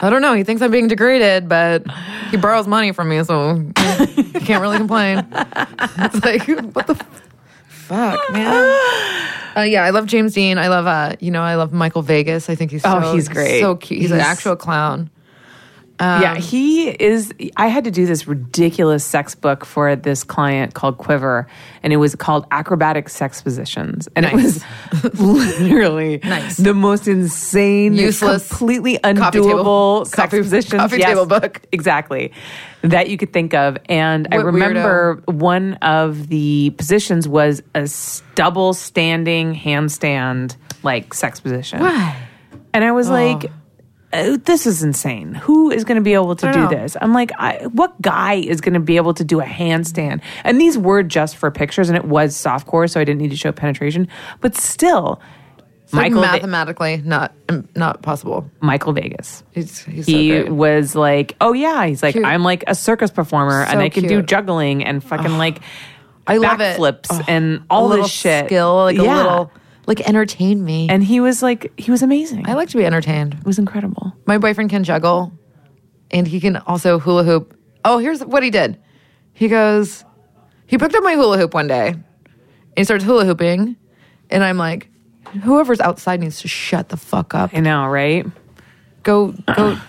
Speaker 2: I don't know. He thinks I'm being degraded, but he borrows money from me, so I can't really complain. It's like what the f- fuck, man. Uh, yeah, I love James Dean. I love, uh, you know, I love Michael Vegas. I think he's
Speaker 1: Oh,
Speaker 2: so,
Speaker 1: he's great.
Speaker 2: so cute. He's, an
Speaker 1: He's-
Speaker 2: actual clown. Um,
Speaker 1: yeah, he is. I had to do this ridiculous sex book for this client called Quiver, and it was called Acrobatic Sex Positions, and
Speaker 2: Nice.
Speaker 1: it was literally
Speaker 2: Nice.
Speaker 1: the most insane,
Speaker 2: Useless
Speaker 1: completely
Speaker 2: coffee
Speaker 1: undoable
Speaker 2: table-
Speaker 1: sex
Speaker 2: coffee-
Speaker 1: positions.
Speaker 2: coffee table book.
Speaker 1: exactly that you could think of. And I
Speaker 2: What
Speaker 1: remember one of the positions was a double standing handstand like sex position.
Speaker 2: Why?
Speaker 1: And I was like, "Oh, this is insane. Who is going to be able to
Speaker 2: I
Speaker 1: do
Speaker 2: know.
Speaker 1: this? I'm like, I, what guy is going to be able to do a handstand? And these were just for pictures, and it was softcore, so I didn't need to show penetration. But still, Michael,
Speaker 2: Michael,
Speaker 1: Ve-
Speaker 2: mathematically, not um, not possible.
Speaker 1: Michael Vegas.
Speaker 2: He's, he's so
Speaker 1: He
Speaker 2: great.
Speaker 1: was like, oh yeah, he's like,
Speaker 2: Cute.
Speaker 1: I'm like a circus performer, and
Speaker 2: So
Speaker 1: I can do
Speaker 2: cute.
Speaker 1: juggling and fucking like
Speaker 2: I love it.
Speaker 1: backflips
Speaker 2: Oh,
Speaker 1: and
Speaker 2: a
Speaker 1: all
Speaker 2: little
Speaker 1: this shit.
Speaker 2: skill, like
Speaker 1: yeah.
Speaker 2: a little, like entertain me.
Speaker 1: And he was like, he was amazing.
Speaker 2: I like to be entertained.
Speaker 1: it was incredible.
Speaker 2: My boyfriend can juggle, and he can also hula hoop. Oh, here's what he did. He goes, he picked up my hula hoop one day, and he starts hula hooping, and I'm like, whoever's outside needs to shut the fuck up.
Speaker 1: I know, right?
Speaker 2: Go, go.
Speaker 1: Uh-uh.
Speaker 2: bring me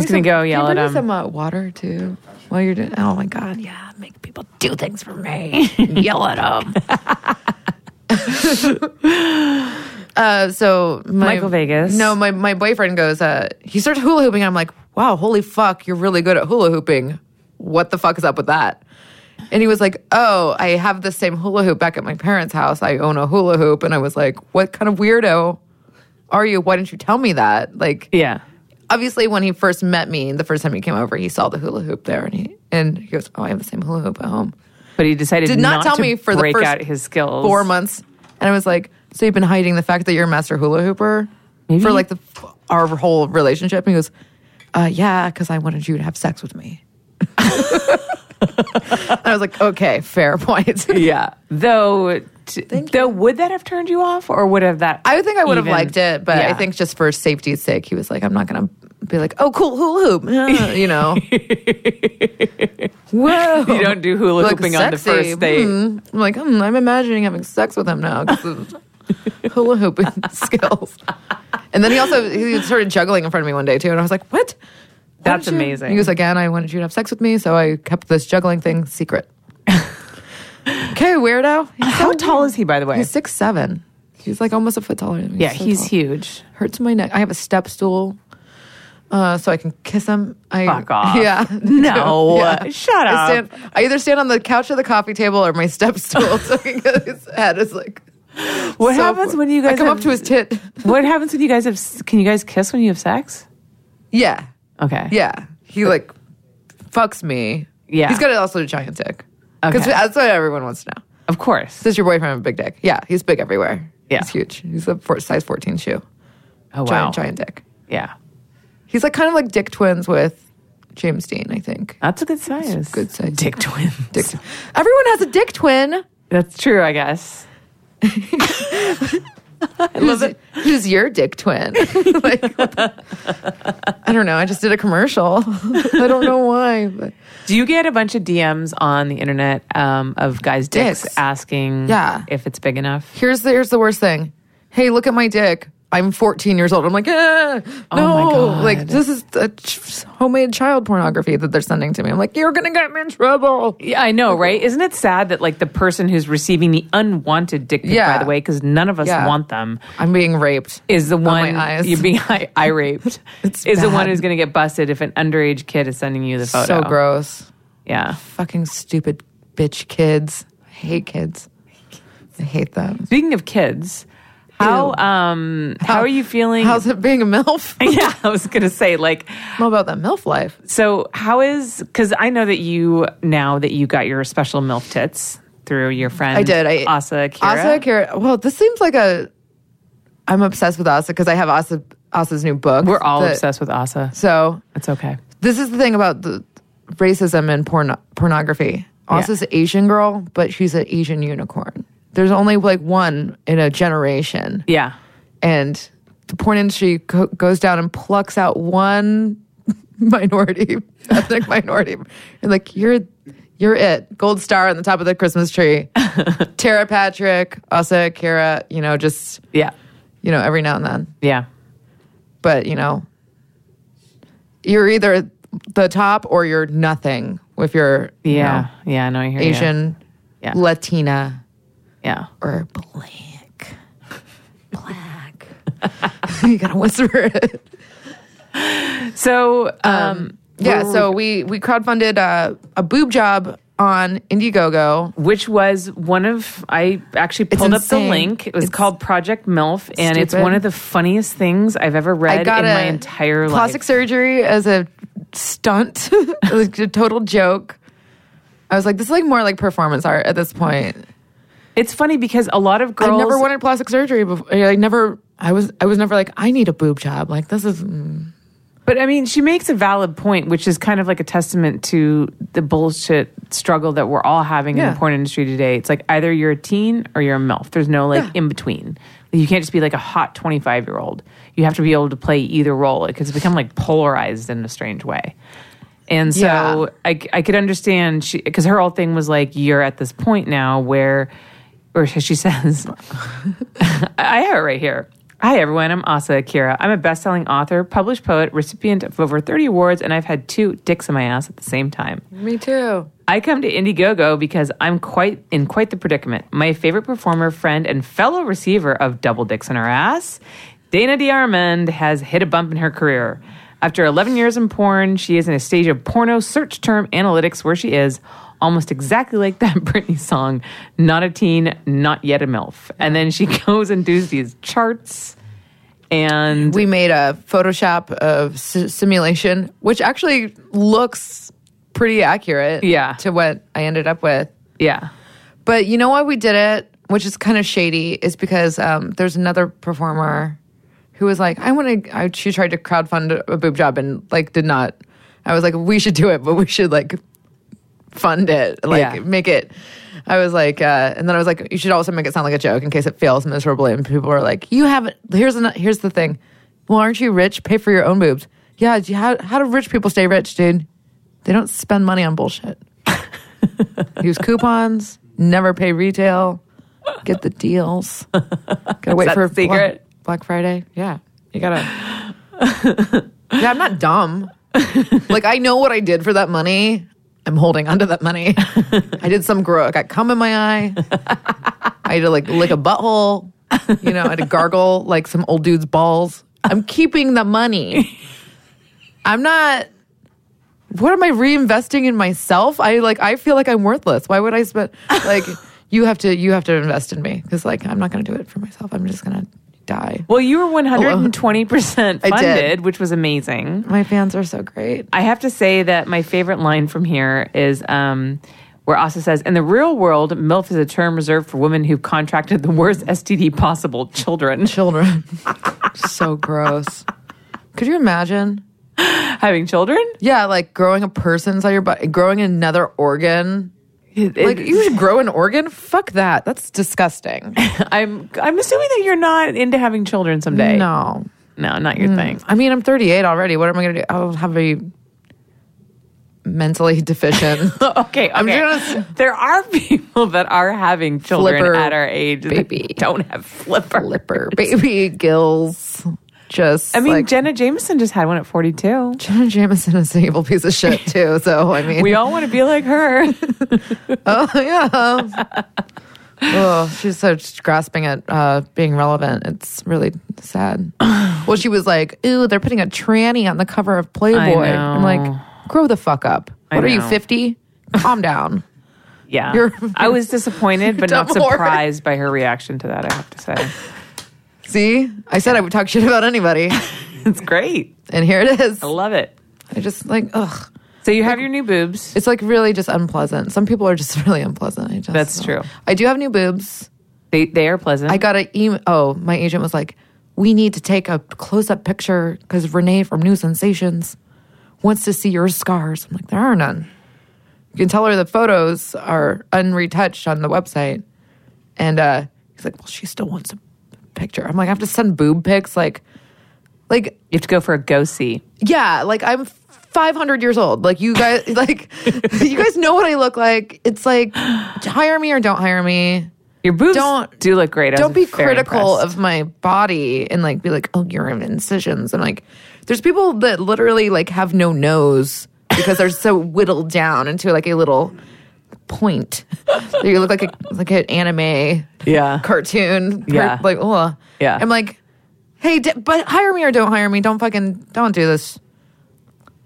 Speaker 1: Ernie's gonna
Speaker 2: some-
Speaker 1: go
Speaker 2: can you
Speaker 1: yell at
Speaker 2: bring me
Speaker 1: him.
Speaker 2: Some uh, water too. While you're doing. Oh my god, yeah, make people do things for me. yell at them. uh, so my,
Speaker 1: Michael Vegas.
Speaker 2: No, my my boyfriend goes. Uh, he starts hula hooping. And I'm like, wow, holy fuck, you're really good at hula hooping. What the fuck is up with that? And he was like, "Oh, I have the same hula hoop back at my parents' house. I own a hula hoop." And I was like, "What kind of weirdo are you? Why didn't you tell me that?" Like,
Speaker 1: Yeah.
Speaker 2: obviously when he first met me, the first time he came over, he saw the hula hoop there and he and he goes, "Oh, I have the same hula hoop at home."
Speaker 1: But he decided
Speaker 2: Did not, tell
Speaker 1: to
Speaker 2: me for
Speaker 1: break
Speaker 2: the first
Speaker 1: out his skills.
Speaker 2: four months, and I was like, "So you've been hiding the fact that you're a master hula hooper
Speaker 1: Maybe-
Speaker 2: for like the our whole relationship?" And he goes, uh, "Yeah, because I wanted you to have sex with me." And I was like, "Okay, fair point."
Speaker 1: Yeah. Though, t- though, would that have turned you off, or would have that?
Speaker 2: I would think I would have
Speaker 1: even-
Speaker 2: liked it, but I
Speaker 1: Yeah.
Speaker 2: think just for safety's sake, he was like, I'm not going to be like, oh, cool, hula hoop, uh, you know. Whoa.
Speaker 1: you don't do hula
Speaker 2: Like,
Speaker 1: hooping on the
Speaker 2: Oh. sexy,
Speaker 1: first date.
Speaker 2: hmm. I'm like, hmm, I'm imagining having sex with him now because of hula hooping skills. And then he also he started juggling in front of me one day too, and I was like, what? Why
Speaker 1: That's
Speaker 2: don't you-"
Speaker 1: amazing.
Speaker 2: He was like, and I wanted you to have sex with me, so I kept this juggling thing secret. okay, weirdo. He's so
Speaker 1: How tall is he, by the way?
Speaker 2: He's six seven. He's like almost a foot taller than me.
Speaker 1: yeah,
Speaker 2: so
Speaker 1: he's
Speaker 2: tall.
Speaker 1: huge.
Speaker 2: hurts my neck. I have a step stool, uh, so I can kiss him. I,
Speaker 1: Fuck off.
Speaker 2: Yeah,
Speaker 1: No,
Speaker 2: Yeah.
Speaker 1: shut
Speaker 2: I,
Speaker 1: up.
Speaker 2: stand, I either stand on the couch or the coffee table or my step stool. so I can get his head is like.
Speaker 1: What
Speaker 2: so-
Speaker 1: happens when you guys
Speaker 2: I come
Speaker 1: have-
Speaker 2: up to his tit?
Speaker 1: What happens when you guys have? s- Can you guys kiss when you have sex?
Speaker 2: Yeah,
Speaker 1: Okay.
Speaker 2: yeah. He like fucks me.
Speaker 1: Yeah.
Speaker 2: he's got also a giant dick. Because
Speaker 1: Okay.
Speaker 2: that's what everyone wants to know.
Speaker 1: Of course.
Speaker 2: Does your boyfriend have a big dick? Yeah, he's big everywhere.
Speaker 1: Yeah.
Speaker 2: he's huge. He's a four, size fourteen shoe.
Speaker 1: Oh wow.
Speaker 2: Giant, giant dick.
Speaker 1: Yeah.
Speaker 2: He's like kind of like Dick Twins with James Dean, I think.
Speaker 1: That's a good size.
Speaker 2: good size.
Speaker 1: Dick twins.
Speaker 2: Dick. Everyone has a Dick Twin.
Speaker 1: That's true, I guess.
Speaker 2: Who's, who's your Dick Twin? like, what the- I don't know. I just did a commercial. I don't know why. But
Speaker 1: Do you get a bunch of DMs on the internet um, of guys' dicks,
Speaker 2: Dicks.
Speaker 1: asking
Speaker 2: Yeah.
Speaker 1: if it's big enough?
Speaker 2: here's the here's the worst thing. Hey, look at my dick. I'm 14 years old. I'm like, ah, no,
Speaker 1: Oh my God.
Speaker 2: like this is a ch- homemade child pornography that they're sending to me. I'm like, you're gonna get me in trouble.
Speaker 1: Yeah, I know, right? Isn't it sad that like the person who's receiving the unwanted dick pic,
Speaker 2: Yeah.
Speaker 1: by the way, because none of us
Speaker 2: Yeah.
Speaker 1: want them,
Speaker 2: I'm being raped.
Speaker 1: is the
Speaker 2: my
Speaker 1: one
Speaker 2: eyes.
Speaker 1: you're being eye, eye raped.
Speaker 2: It's
Speaker 1: is the one
Speaker 2: bad.
Speaker 1: who's going to get busted if an underage Oh, kid is sending you the photo.
Speaker 2: So gross.
Speaker 1: Yeah,
Speaker 2: Fucking stupid bitch kids. I hate kids. I hate them.
Speaker 1: Speaking of kids, how um how are you feeling?
Speaker 2: How's it being a MILF?
Speaker 1: yeah, I was gonna say like
Speaker 2: How about that MILF life?
Speaker 1: so. How is because I know that you now that you got your special milk tits through your friend.
Speaker 2: I did. I
Speaker 1: Asa Akira.
Speaker 2: Asa Akira. Well, this seems like a. I'm obsessed with Asa because I have Asa Asa's new book.
Speaker 1: We're all
Speaker 2: that-
Speaker 1: obsessed with Asa.
Speaker 2: So
Speaker 1: It's okay.
Speaker 2: this is the thing about the racism and porn, pornography. Asa's Asian girl, but she's an Asian unicorn. There's only like one in a generation,
Speaker 1: Yeah.
Speaker 2: and the porn industry co- goes down and plucks out one minority, ethnic minority, and like you're. You're it. Gold star on the top of the Christmas tree. Tara Patrick, Asa Akira, you know, just
Speaker 1: Yeah.
Speaker 2: you know, every now and then.
Speaker 1: Yeah.
Speaker 2: But, you know, you're either the top or you're nothing if you're you
Speaker 1: Yeah.
Speaker 2: know,
Speaker 1: yeah. I know. I hear You.
Speaker 2: Asian,
Speaker 1: Yeah.
Speaker 2: Latina,
Speaker 1: Yeah.
Speaker 2: or black. Black. you gotta whisper it.
Speaker 1: So um,
Speaker 2: Yeah, so we we crowdfunded uh, a boob job on Indiegogo.
Speaker 1: which was one of I actually pulled up the
Speaker 2: insane.
Speaker 1: link. It was
Speaker 2: It's
Speaker 1: called Project MILF, and it's
Speaker 2: stupid.
Speaker 1: one of the funniest things I've ever read
Speaker 2: I got
Speaker 1: in
Speaker 2: a
Speaker 1: my entire
Speaker 2: plastic
Speaker 1: life.
Speaker 2: surgery as a stunt, It was a total joke. I was like, this is like more like performance art at this point.
Speaker 1: It's funny because a lot of girls
Speaker 2: I never wanted plastic surgery before. I never. I was. I was never like. I need a boob job. Like this is.
Speaker 1: But I mean, she makes a valid point, which is kind of like a testament to the bullshit struggle that we're all having in
Speaker 2: Yeah.
Speaker 1: the porn industry today. It's like either you're a teen or you're a MILF. There's no like
Speaker 2: Yeah.
Speaker 1: in between. You can't just be like a hot 25 year old. You have to be able to play either role because it's become like polarized in a strange way. And so
Speaker 2: Yeah.
Speaker 1: I, I could understand she because her whole thing was like, you're at this point now where, or she says, I have it right here. Hi, everyone. I'm Asa Akira. I'm a best selling author, published poet, recipient of over 30 awards, and I've had two dicks in my ass at the same time.
Speaker 2: Me too.
Speaker 1: I come to Indiegogo because I'm quite in quite the predicament. My favorite performer, friend, and fellow receiver of Double Dicks in Her Ass, Dana DiArmond, has hit a bump in her career. After 11 years in porn, she is in a stage of porno search term analytics where she is almost exactly like that Britney song, Not a Teen, Not Yet a MILF. And then she goes and does these charts and
Speaker 2: We made a Photoshop of s- simulation, which actually looks pretty accurate.
Speaker 1: Yeah.
Speaker 2: To what I ended up with.
Speaker 1: yeah.
Speaker 2: But you know why we did it, which is kind of shady, is because um, there's another performer who was like, I want to. I, she tried to crowdfund a boob job and like did not. I was like, we should do it, but we should like fund it, like
Speaker 1: Yeah.
Speaker 2: make it. I was like, uh, and then I was like, you should also make it sound like a joke in case it fails miserably. And people are like, you haven't. Here's an, here's the thing. Well, aren't you rich? Pay for your own boobs. Yeah. do you- How how do rich people stay rich, dude? They don't spend money on bullshit. Use coupons. Never pay retail. Get the deals. Gotta wait
Speaker 1: that
Speaker 2: for
Speaker 1: the secret?
Speaker 2: Black, Black Friday. Yeah, you gotta. yeah, I'm not dumb. like I know what I did for that money. I'm holding onto that money. I did some grow. I got cum in my eye. I had to like lick a butthole. You know, I had to gargle like some old dude's balls. I'm keeping the money. I'm not. What am I reinvesting in myself? I like. I feel like I'm worthless. Why would I spend like? You have to. You have to invest in me because like I'm not going to do it for myself. I'm just going to die.
Speaker 1: Well, you were 120%
Speaker 2: Oh, uh, I did.
Speaker 1: funded, which was amazing.
Speaker 2: My fans are so great.
Speaker 1: I have to say that my favorite line from here is um, where Asa says, "In the real world, MILF is a term reserved for women who've contracted the worst STD possible, children
Speaker 2: Children. so gross. Could you imagine?
Speaker 1: having children."
Speaker 2: Yeah, like growing a person inside your body, growing another organ.
Speaker 1: It-
Speaker 2: Like
Speaker 1: it-
Speaker 2: you should grow an organ? Fuck that. That's disgusting.
Speaker 1: I'm I'm assuming that you're not into having children someday.
Speaker 2: No. Mm.
Speaker 1: no, not your thing.
Speaker 2: I mean, I'm 38 already. What am I going to do? I'll have a mentally deficient
Speaker 1: Okay, okay.
Speaker 2: I'm just-
Speaker 1: there are people that are having children
Speaker 2: Flipper
Speaker 1: at our age that
Speaker 2: baby.
Speaker 1: don't have flipper.
Speaker 2: lipper, baby gills. Just
Speaker 1: I mean,
Speaker 2: like,
Speaker 1: Jenna Jameson just had one at 42.
Speaker 2: Jenna Jameson is an evil piece of shit too. So I mean,
Speaker 1: We all want to be like her.
Speaker 2: oh yeah. oh, she's so just grasping at uh, being relevant. It's really sad. well, she was like, "Ooh, they're putting a tranny on the cover of Playboy." I'm
Speaker 1: know.
Speaker 2: like, "Grow the fuck up!
Speaker 1: I
Speaker 2: What are you
Speaker 1: know.
Speaker 2: 50? Calm down."
Speaker 1: Yeah.
Speaker 2: You're-
Speaker 1: I was disappointed, but not
Speaker 2: Double
Speaker 1: surprised by her reaction to that, I have to say.
Speaker 2: See, I said I would talk shit about anybody,
Speaker 1: It's great.
Speaker 2: and here it is.
Speaker 1: I love it.
Speaker 2: I just like ugh.
Speaker 1: So you have your new boobs.
Speaker 2: It's like really just unpleasant. Some people are just really unpleasant. I just
Speaker 1: That's true.
Speaker 2: I do have new boobs.
Speaker 1: They, they are pleasant.
Speaker 2: I got an email. Oh, my agent was like, "We need to take a close-up picture because Renee from New Sensations wants to see your scars." I'm like, "There are none." You can tell her the photos are unretouched on the website, and uh, he's like, "Well, she still wants a picture." I'm like, "I have to send boob pics." Like, like
Speaker 1: you have to go for a go see.
Speaker 2: yeah, like I'm 500 years old. Like you guys, like you guys know what I look like. It's like hire me or don't hire me.
Speaker 1: Your boobs
Speaker 2: Don't-
Speaker 1: do look great. I
Speaker 2: Don't
Speaker 1: was
Speaker 2: be
Speaker 1: very
Speaker 2: critical
Speaker 1: impressed.
Speaker 2: of my body and like be like, oh, you have incisions. And like, there's people that literally like have no nose because they're so whittled down into like a little point. So you look like a like an anime
Speaker 1: Yeah.
Speaker 2: cartoon. per-
Speaker 1: Yeah.
Speaker 2: like ugh.
Speaker 1: Yeah.
Speaker 2: I'm like, hey, d- but hire me or don't hire me. Don't fucking don't do this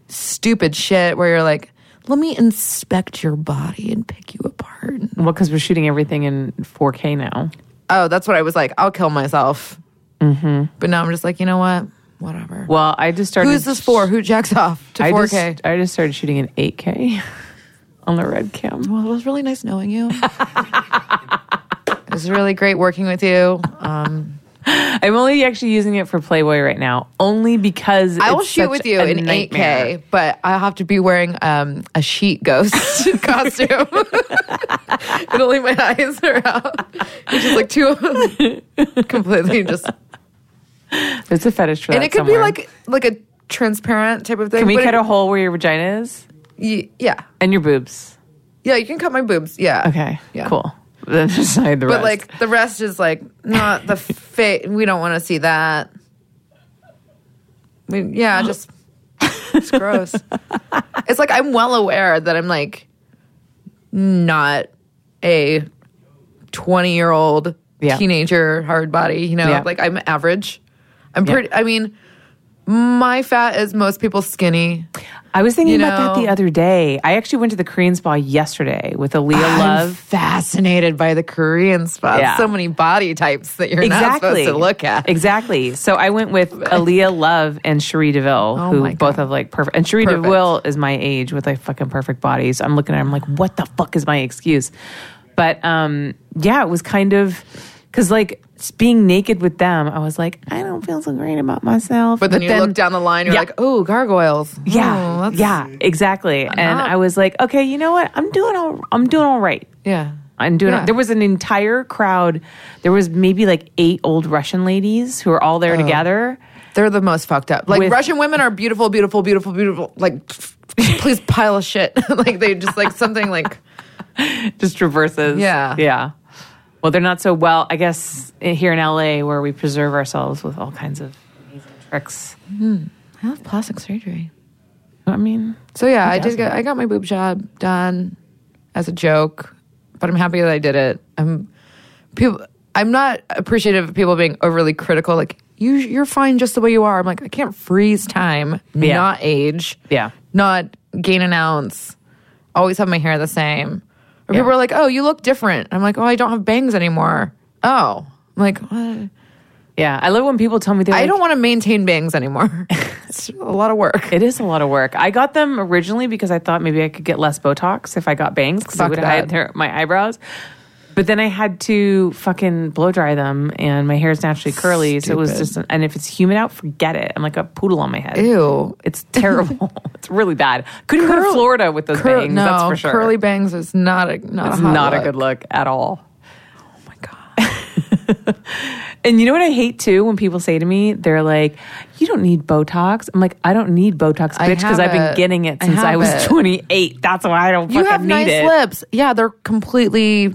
Speaker 2: stupid shit where you're like, let me inspect your body and pick you apart.
Speaker 1: Well, because we're shooting everything in 4K now.
Speaker 2: Oh, that's what I was like. I'll kill myself.
Speaker 1: Mm-hmm.
Speaker 2: But now I'm just like, you know what? Whatever.
Speaker 1: Well, I just started.
Speaker 2: Who's this for? Who jacks off to
Speaker 1: I
Speaker 2: 4K?
Speaker 1: just, I just started shooting in 8K on the red cam.
Speaker 2: well, it was really nice knowing you. it was really great working with you. Um,
Speaker 1: I'm only actually using it for Playboy right now, only because
Speaker 2: I will
Speaker 1: it's
Speaker 2: shoot
Speaker 1: such
Speaker 2: with you
Speaker 1: a
Speaker 2: in
Speaker 1: nightmare.
Speaker 2: 8K, but I'll have to be wearing um, a sheet ghost costume. and only my eyes are out. It's just like two completely just.
Speaker 1: There's a fetish for
Speaker 2: And
Speaker 1: that
Speaker 2: it could
Speaker 1: somewhere.
Speaker 2: be like like a transparent type of thing.
Speaker 1: Can we
Speaker 2: but
Speaker 1: cut
Speaker 2: it-
Speaker 1: a hole where your vagina is
Speaker 2: y- yeah.
Speaker 1: and your boobs?
Speaker 2: Yeah, you can cut my boobs. Yeah.
Speaker 1: Okay,
Speaker 2: Yeah.
Speaker 1: cool. Then just hide the rest.
Speaker 2: But like the rest is like not the fit. We don't want to see that. We, yeah, just it's gross. It's like I'm well aware that I'm like not a 20 year old
Speaker 1: Yeah.
Speaker 2: teenager hard body. You know,
Speaker 1: Yeah.
Speaker 2: like I'm average. I'm pretty. I mean, my fat is most people's skinny.
Speaker 1: I was thinking
Speaker 2: you
Speaker 1: about that
Speaker 2: know-
Speaker 1: the other day. I actually went to the Korean spa yesterday with Aaliyah
Speaker 2: I'm
Speaker 1: Love.
Speaker 2: fascinated by the Korean spots.
Speaker 1: Yeah.
Speaker 2: So many body types that you're not
Speaker 1: Exactly.
Speaker 2: supposed to look at.
Speaker 1: Exactly. So I went with Aaliyah Love and Cherie Deville,
Speaker 2: Oh my
Speaker 1: who
Speaker 2: God.
Speaker 1: both have like perfect. And Cherie
Speaker 2: Perfect.
Speaker 1: Deville is my age with like fucking perfect bodies. I'm looking at, her, I'm like, what the fuck is my excuse? But um, yeah, it was kind of because like being naked with them, I was like, I don't feel so great about myself.
Speaker 2: But then you look down the line, you're
Speaker 1: Yeah.
Speaker 2: like, oh, gargoyles.
Speaker 1: Yeah,
Speaker 2: Oh, that's-
Speaker 1: yeah, exactly. And
Speaker 2: not-
Speaker 1: I was like, okay, you know what? I'm doing all. I'm doing all right.
Speaker 2: Yeah.
Speaker 1: I'm doing.
Speaker 2: Yeah.
Speaker 1: There was an entire crowd. There was maybe like eight old Russian ladies who were all
Speaker 2: Oh.
Speaker 1: there together.
Speaker 2: They're the most fucked up. Like
Speaker 1: With-
Speaker 2: Russian women are beautiful, beautiful, beautiful, beautiful. Like, please pile of shit. like they just like something like
Speaker 1: just reverses.
Speaker 2: Yeah.
Speaker 1: Yeah. Well, they're not so well, I guess, i- here in LA where we preserve ourselves with all kinds of amazing tricks.
Speaker 2: I have plastic surgery.
Speaker 1: I mean,
Speaker 2: So yeah, I did. Get, I got my boob job done as a joke, but I'm happy that I did it. I'm people. I'm not appreciative of people being overly critical. Like you, you're fine just the way you are. I'm like, I can't freeze time,
Speaker 1: Yeah.
Speaker 2: not age,
Speaker 1: Yeah.
Speaker 2: not gain an ounce. Always have my hair the same. Or people are like, oh, you look different. I'm like, oh, I don't have bangs anymore. Oh, I'm like, what?
Speaker 1: yeah. I love when people tell me they're
Speaker 2: I
Speaker 1: like,
Speaker 2: don't want to maintain bangs anymore. it's a lot of work.
Speaker 1: it is a lot of work. I got them originally because I thought maybe I could get less Botox if I got bangs because I
Speaker 2: Fuck
Speaker 1: would
Speaker 2: that.
Speaker 1: hide their, my eyebrows. But then I had to fucking blow dry them, and my hair is naturally curly, so it was
Speaker 2: Stupid.
Speaker 1: just. And if it's humid out, forget it. I'm like a poodle on my head.
Speaker 2: Ew.
Speaker 1: It's terrible. it's really bad. Couldn't go to
Speaker 2: Curl-
Speaker 1: Florida with those
Speaker 2: Curl-
Speaker 1: bangs.
Speaker 2: No,
Speaker 1: that's for sure.
Speaker 2: curly bangs is not a not
Speaker 1: It's
Speaker 2: a hot
Speaker 1: not
Speaker 2: Uh-huh. look.
Speaker 1: a good look at all. Oh my god. and you know what I hate too when people say to me, they're like, "You don't need Botox." I'm like, "I don't need Botox,
Speaker 2: I
Speaker 1: bitch, because
Speaker 2: have
Speaker 1: I've been
Speaker 2: it.
Speaker 1: getting it
Speaker 2: I
Speaker 1: since I,
Speaker 2: have
Speaker 1: was
Speaker 2: it."
Speaker 1: 28. That's why I don't
Speaker 2: You
Speaker 1: fucking
Speaker 2: have
Speaker 1: need
Speaker 2: nice
Speaker 1: it."
Speaker 2: lips. Yeah, they're completely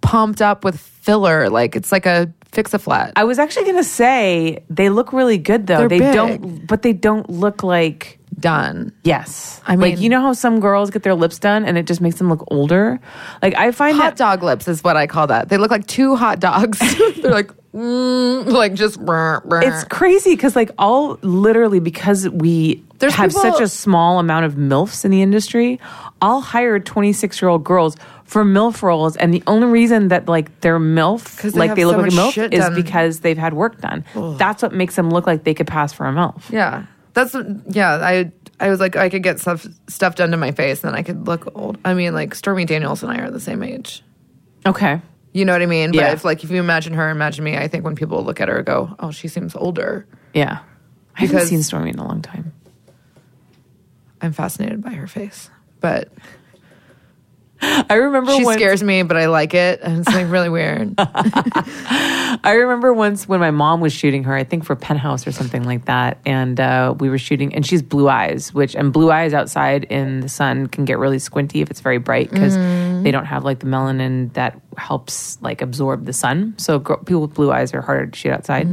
Speaker 2: pumped up with filler. Like it's like a fix a flat.
Speaker 1: I was actually gonna say they look really good though.
Speaker 2: They're
Speaker 1: they
Speaker 2: big.
Speaker 1: don't, but they don't look like.
Speaker 2: Done.
Speaker 1: Yes,
Speaker 2: I
Speaker 1: like
Speaker 2: mean-
Speaker 1: you know how some girls get their lips done and it just makes them look older. Like I find that
Speaker 2: Hot dog lips is what I call that. They look like two hot dogs. they're like, mm, like just. brr, brr.
Speaker 1: It's crazy because like all literally because we
Speaker 2: There's
Speaker 1: have
Speaker 2: people-
Speaker 1: such a small amount of MILFs in the industry. I'll hire 26 year old girls for MILF roles. And the only reason that like they're MILF,
Speaker 2: they
Speaker 1: like
Speaker 2: have
Speaker 1: they look
Speaker 2: so
Speaker 1: like a
Speaker 2: much
Speaker 1: MILF,
Speaker 2: shit
Speaker 1: is
Speaker 2: done.
Speaker 1: because they've had work done. That's what makes them look like they could pass for a MILF.
Speaker 2: Yeah, that's yeah. I I was like I could get stuff stuff done to my face, and then I could look old. I mean, like Stormy Daniels and I are the same age.
Speaker 1: Okay.
Speaker 2: You know what I mean?
Speaker 1: Yeah.
Speaker 2: But if like if you imagine her, imagine me. I think when people look at her, go, "Oh, she seems older."
Speaker 1: Yeah. I haven't
Speaker 2: Because-
Speaker 1: seen Stormy in a long time.
Speaker 2: I'm fascinated by her face, but
Speaker 1: I remember
Speaker 2: she
Speaker 1: when
Speaker 2: scares me. But I like it, and it's like really weird.
Speaker 1: I remember once when my mom was shooting her, I think for Penthouse or something like that, and uh, we were shooting, and she's blue eyes, which and blue eyes outside in the sun can get really squinty if it's very bright because
Speaker 2: Mm.
Speaker 1: they don't have like the melanin that helps like absorb the sun. So gr- people with blue eyes are harder to shoot outside.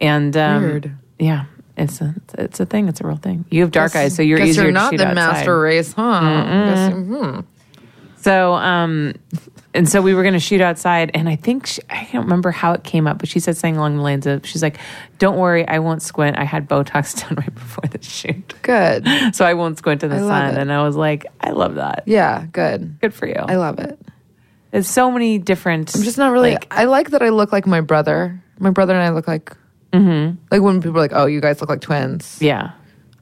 Speaker 1: And um,
Speaker 2: Mm. Weird.
Speaker 1: yeah, it's a it's a thing. It's a real thing. You have dark eyes, so you're
Speaker 2: Guess
Speaker 1: easier
Speaker 2: you're not
Speaker 1: to shoot
Speaker 2: the
Speaker 1: outside.
Speaker 2: master race, huh? Guess you- hmm.
Speaker 1: So, um, and so we were going to shoot outside, and I think she, I don't remember how it came up, but she said something along the lines of, "She's like, don't worry, I won't squint. I had Botox done right before the shoot,
Speaker 2: Good.
Speaker 1: so I won't squint in the
Speaker 2: I love
Speaker 1: sun."
Speaker 2: it.
Speaker 1: And I was like, "I love that.
Speaker 2: Yeah, good.
Speaker 1: Good for you."
Speaker 2: I love it.
Speaker 1: There's so many different.
Speaker 2: I'm just not really.
Speaker 1: like,
Speaker 2: I like that I look like my brother. My brother and I look like.
Speaker 1: Mm-hmm.
Speaker 2: Like when people are like, "Oh, you guys look like twins."
Speaker 1: yeah.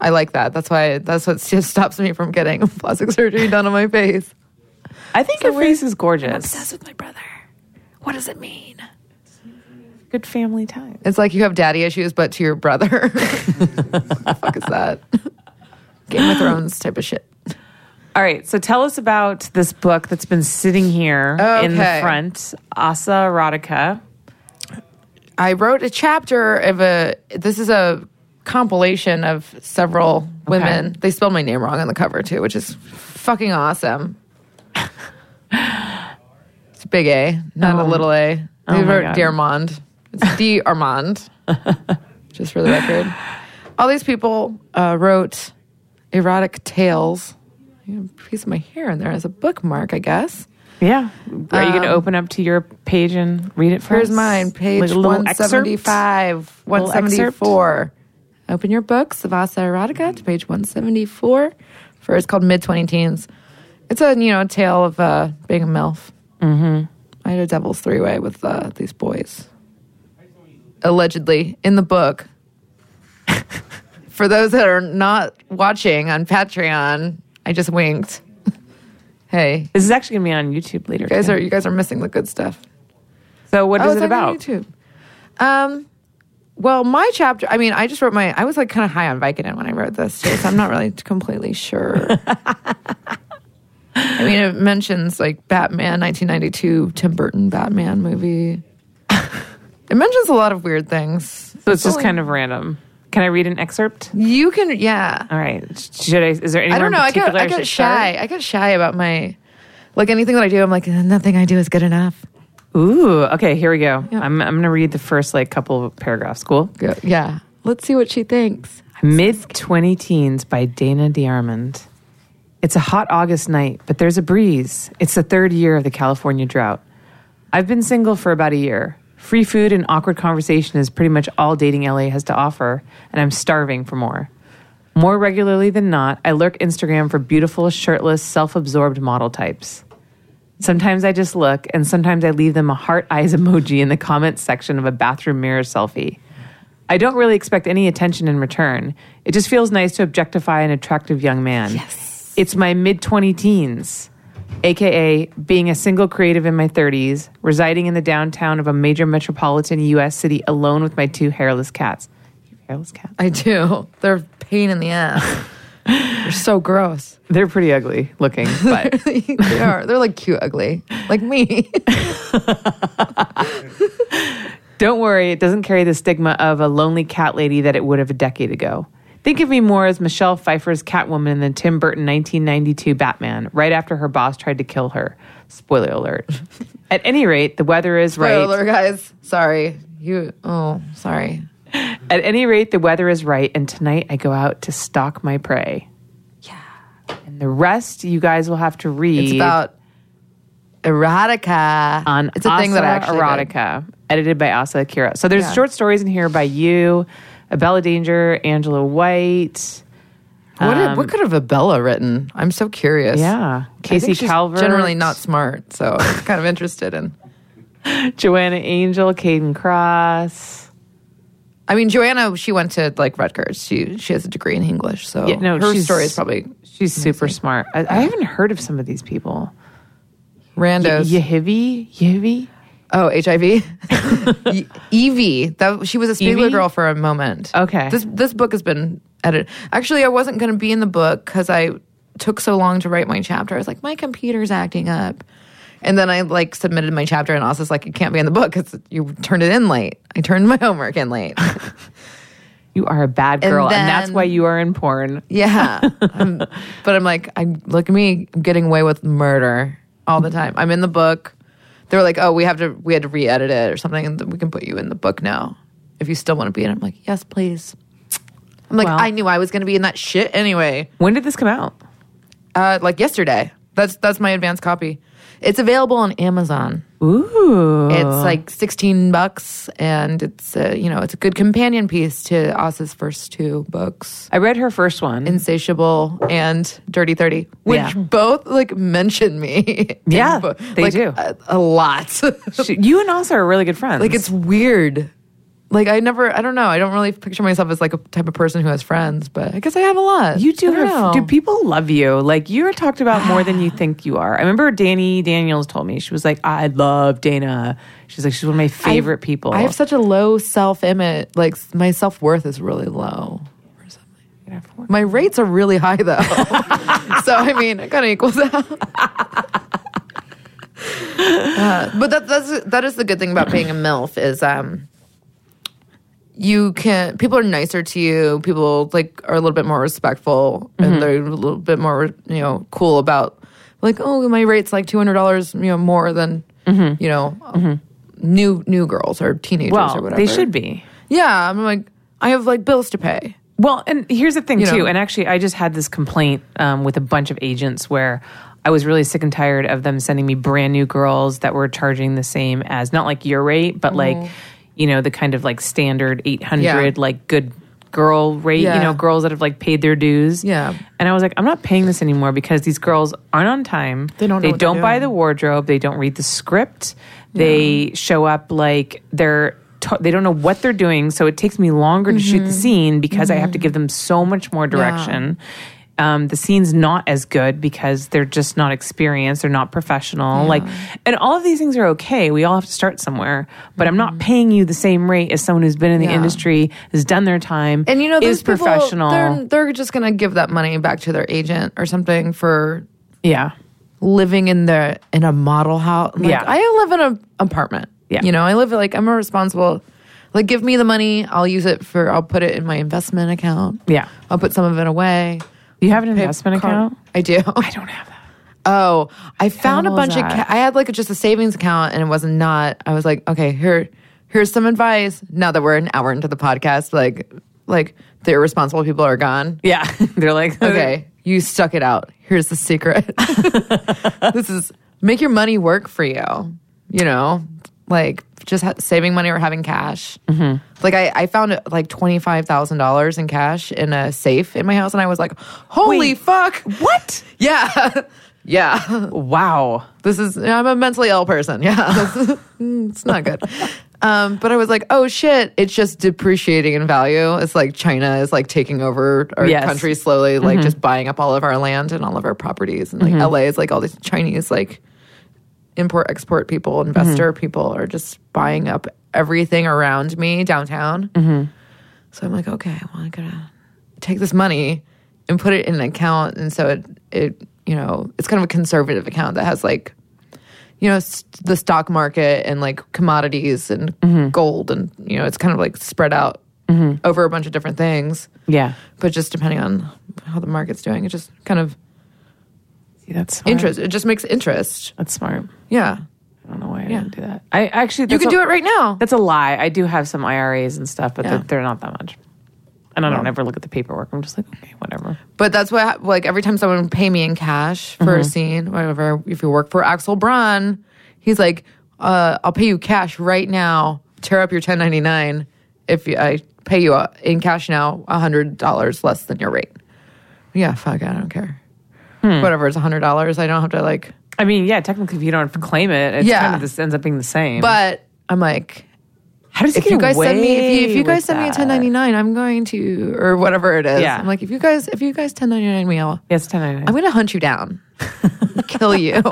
Speaker 2: I like that. That's why. That's what just stops me from getting plastic surgery done on my face.
Speaker 1: I think your face is gorgeous.
Speaker 2: with my brother. What does it mean?
Speaker 1: Good family time.
Speaker 2: It's like you have daddy issues, but to your brother. the fuck is that? Game of Thrones type of shit.
Speaker 1: All right, so tell us about this book that's been sitting here in the
Speaker 2: Okay.
Speaker 1: front, Asa Erotica.
Speaker 2: I wrote a chapter of a. This is a compilation of several women. They spelled my name wrong on the cover too, which is fucking awesome. it's a big A, not a little A. They
Speaker 1: Oh. my
Speaker 2: wrote
Speaker 1: God.
Speaker 2: Dear Armand. It's D Armand. Just for the record, all these people uh, wrote erotic tales. You know, A piece of my hair in there as a bookmark, I guess.
Speaker 1: Yeah. Are you going to open up to your page and read it for
Speaker 2: Um, Here's
Speaker 1: us?
Speaker 2: mine, page
Speaker 1: Like a little excerpt?
Speaker 2: 175,
Speaker 1: Little excerpt?
Speaker 2: 174. Open your books, Savasa Erotica, to page 174. First called Mid 20 Teens. It's a, you know, tale of uh, being a MILF. Mm-hmm. I had a devil's three way with uh, these boys. Allegedly, in the book. For those that are not watching on Patreon, I just winked. hey,
Speaker 1: This is actually going to be on YouTube later.
Speaker 2: you guys
Speaker 1: too.
Speaker 2: are you guys are missing the good stuff.
Speaker 1: so what
Speaker 2: Oh,
Speaker 1: is
Speaker 2: it's
Speaker 1: it
Speaker 2: on your
Speaker 1: about?
Speaker 2: YouTube. Um, well, my chapter. I mean, I just wrote my. I was like kind of high on Vicodin when I wrote this, too, so I'm not really completely sure. I mean, it mentions like Batman, 1992, Tim Burton Batman movie. it mentions a lot of weird things.
Speaker 1: So it's just kind of random. Can I read an excerpt?
Speaker 2: You can, yeah.
Speaker 1: All right. Should I? Is there anyone?
Speaker 2: I don't know. I
Speaker 1: get.
Speaker 2: get, I get shy. I get shy about my, like anything that I do. I'm like, nothing I do is good enough.
Speaker 1: Ooh. Okay. Here we go. I'm. I'm going to read the first like couple of paragraphs. Cool.
Speaker 2: Go- Yeah. Let's see what she thinks.
Speaker 1: Mid 20 Teens by Dana DiArmond. It's a hot August night, but there's a breeze. It's the third year of the California drought. I've been single for about a year. Free food and awkward conversation is pretty much all dating LA has to offer, and I'm starving for more. More regularly than not, I lurk Instagram for beautiful, shirtless, self absorbed model types. Sometimes I just look, and sometimes I leave them a heart eyes emoji in the comments section of a bathroom mirror selfie. I don't really expect any attention in return. It just feels nice to objectify an attractive young man. Yes. It's my mid 20 teens, aka being a single creative in my 30s, residing in the downtown of a major metropolitan US city alone with my two hairless cats. You have Hairless cats?
Speaker 2: I do. They're a pain in the ass. They're so gross.
Speaker 1: They're pretty ugly looking, but
Speaker 2: they are. They're like cute, ugly, like me.
Speaker 1: Don't worry, it doesn't carry the stigma of a lonely cat lady that it would have a decade ago. Think of me more as Michelle Pfeiffer's Catwoman than Tim Burton 1992 Batman, right after her boss tried to kill her. Spoiler alert. At any rate, the weather is right.
Speaker 2: Spoiler, guys. Sorry. You. Oh, sorry.
Speaker 1: At any rate, the weather is right, and tonight I go out to stalk my prey. Yeah. And the rest you guys will have to read.
Speaker 2: It's about erotica.
Speaker 1: on
Speaker 2: it's a thing that I
Speaker 1: Asa
Speaker 2: actually did.
Speaker 1: erotica edited by Asa Akira. So there's
Speaker 2: Yeah.
Speaker 1: short stories in here by you, Abella Danger, Angela White,
Speaker 2: What, what could have Abella written? I'm so curious.
Speaker 1: Yeah. Casey
Speaker 2: think she's
Speaker 1: Calvert.
Speaker 2: Generally not smart, so I was kind of interested in.
Speaker 1: Joanna Angel, Caden Cross.
Speaker 2: I mean, Joanna, she went to like Rutgers. She she has a degree in English, so
Speaker 1: Yeah, no,
Speaker 2: her
Speaker 1: she's-
Speaker 2: story is probably
Speaker 1: She's super smart. I, I haven't heard of some of these people.
Speaker 2: randos.
Speaker 1: Yehivi? Yehivi?
Speaker 2: Oh, HIV. Y- Evie. That she was a Spiegler
Speaker 1: Evie?
Speaker 2: girl for a moment.
Speaker 1: Okay.
Speaker 2: This this book has been edited. Actually, I wasn't going to be in the book because I took so long to write my chapter. I was like, my computer's acting up, and then I like submitted my chapter, and Austin's like, it can't be in the book because you turned it in late. I turned my homework in late.
Speaker 1: You are a bad
Speaker 2: And
Speaker 1: girl, and, that's
Speaker 2: then-
Speaker 1: why you are in porn.
Speaker 2: Yeah. I'm- but I'm like, I look at me I'm getting away with murder all the time. I'm in the book. They were like, oh, we have to, we had to re-edit it or something, and we can put you in the book now if you still want to be in. it. I'm like, yes, please. I'm like,
Speaker 1: Well-
Speaker 2: I knew I was going to be in that shit anyway.
Speaker 1: When did this come out?
Speaker 2: Uh, like yesterday. That's that's my advance copy. It's available on Amazon.
Speaker 1: Ooh.
Speaker 2: It's like 16 bucks, and it's a, you know it's a good companion piece to Oz's first two books.
Speaker 1: I read her first one.
Speaker 2: Insatiable and Dirty Thirty, which
Speaker 1: Yeah.
Speaker 2: both like mention me. in
Speaker 1: Yeah,
Speaker 2: bo-
Speaker 1: they
Speaker 2: like,
Speaker 1: do.
Speaker 2: a, a lot. like
Speaker 1: She- you and Asa are really good friends.
Speaker 2: it's weird. Like I never, I don't know. I don't really picture myself as like a type of person who has friends, but I guess I have a lot.
Speaker 1: You do
Speaker 2: I don't
Speaker 1: have.
Speaker 2: know.
Speaker 1: Do people love you? Like you are talked about more than you think you are. I remember Danny Daniels told me she was like, "I love Dana." She's like, she's one of my favorite people.
Speaker 2: I have such a low self image. Like s- my self worth is really low. My rates are really high though. so I mean, it kind of equals out. Uh, but that, that's that is the good thing about being a milf is um, you can people are nicer to you. People like are a little bit more respectful
Speaker 1: Mm-hmm.
Speaker 2: and they're a little bit more you know cool about like oh my rate's like two hundred dollars you know more than you know new new girls or teenagers or
Speaker 1: Mm-hmm. well,
Speaker 2: whatever.
Speaker 1: they should be.
Speaker 2: Yeah, I'm like I have like bills to pay.
Speaker 1: Well, and here's the thing
Speaker 2: You know.
Speaker 1: too. And actually, I just had this complaint um, with a bunch of agents where I was really sick and tired of them sending me brand new girls that were charging the same as not like your rate, but like you know the kind of like standard eight hundred
Speaker 2: Mm-hmm. Yeah.
Speaker 1: like good girl rate. You
Speaker 2: Yeah.
Speaker 1: know, girls that have like paid their dues.
Speaker 2: Yeah.
Speaker 1: And I was like, I'm not paying this anymore because these girls aren't on time.
Speaker 2: They don't know
Speaker 1: They
Speaker 2: what they're
Speaker 1: don't buy
Speaker 2: doing.
Speaker 1: the wardrobe. They don't read the script. They show up like they're to- they don't know what they're doing. So it takes me longer to shoot the
Speaker 2: Mm-hmm.
Speaker 1: scene because I have to give them so much more direction. Um, the scene's not as good because they're just not experienced. They're not professional. Like, and all of these things are okay. We all have to start somewhere. But I'm not paying you the same rate as someone who's been in the
Speaker 2: Mm-hmm. Yeah.
Speaker 1: industry, has done their time,
Speaker 2: And you know, those
Speaker 1: is
Speaker 2: people,
Speaker 1: professional.
Speaker 2: They're, they're just gonna give that money back to their agent or something for
Speaker 1: yeah.
Speaker 2: living in the in a model house. Like,
Speaker 1: Yeah.
Speaker 2: I live in an apartment.
Speaker 1: Yeah.
Speaker 2: you know, I live like I'm a responsible. Like, give me the money. I'll use it for. I'll put it in my investment account.
Speaker 1: Yeah.
Speaker 2: I'll put some of it away.
Speaker 1: You have an investment
Speaker 2: Car-
Speaker 1: account?
Speaker 2: I do.
Speaker 1: I don't have that.
Speaker 2: Oh, I found a
Speaker 1: hell
Speaker 2: bunch
Speaker 1: is
Speaker 2: of. Ca-
Speaker 1: that?
Speaker 2: I had like just a savings account, and it was not. I was like, okay, here, here's some advice. Now that we're an hour into the podcast, like, like the irresponsible people are gone.
Speaker 1: Yeah. They're like,
Speaker 2: Okay, you stuck it out. Here's the secret. this is make your money work for you. You know, like just ha- saving money or having cash. Like I, I found like twenty five thousand dollars in cash in a safe in my house, and I was like, holy
Speaker 1: Wait.
Speaker 2: fuck,
Speaker 1: What?
Speaker 2: yeah, yeah.
Speaker 1: Wow.
Speaker 2: This is I'm a mentally ill person. Yeah, This- mm, it's not good. Um, but I was like, oh shit, it's just depreciating in value. It's like China is like taking over our
Speaker 1: Yes.
Speaker 2: country slowly, like just buying up all of our land and all of our properties. And like LA is like all these Chinese like import export people, investor people are just buying up everything around me downtown. So I'm like, okay, well, I'm gonna take this money and put it in an account, and so it it you know it's kind of a conservative account that has like you know s the stock market and like commodities and gold and you know it's kind of like spread out over a bunch of different things,
Speaker 1: Yeah.
Speaker 2: but just depending on how the market's doing, it just kind of
Speaker 1: See, that's smart.
Speaker 2: interest. It just makes interest.
Speaker 1: That's smart.
Speaker 2: Yeah,
Speaker 1: I don't know why I didn't do that. I actually,
Speaker 2: you can do it right now.
Speaker 1: That's a lie. I do have some IRAs and stuff, but
Speaker 2: Yeah.
Speaker 1: they're, they're not that much. And I don't ever look at the paperwork. I'm just like, okay, whatever.
Speaker 2: But that's what hap- like every time someone would pay me in cash for
Speaker 1: Mm-hmm.
Speaker 2: a scene, whatever. If you work for Axel Braun, he's like, uh, "I'll pay you cash right now. Tear up your 1099 if you, I pay you uh, in cash now, hundred dollars less than your rate." yeah, fuck, I don't care.
Speaker 1: Hmm.
Speaker 2: Whatever, it's hundred dollars. I don't have to like.
Speaker 1: I mean, yeah, technically, if you don't claim it, it's
Speaker 2: Yeah.
Speaker 1: kind of this ends up being the same.
Speaker 2: But I'm like,
Speaker 1: how does it
Speaker 2: if
Speaker 1: get
Speaker 2: you guys send me if you, if
Speaker 1: away
Speaker 2: you guys
Speaker 1: with
Speaker 2: send me a
Speaker 1: that?
Speaker 2: ten ninety nine, I'm going to or whatever it is.
Speaker 1: Yeah.
Speaker 2: I'm like, if you guys if you guys ten ninety nine me, I'll,
Speaker 1: yes, ten ninety
Speaker 2: I'm
Speaker 1: nine.
Speaker 2: gonna hunt you down, kill you,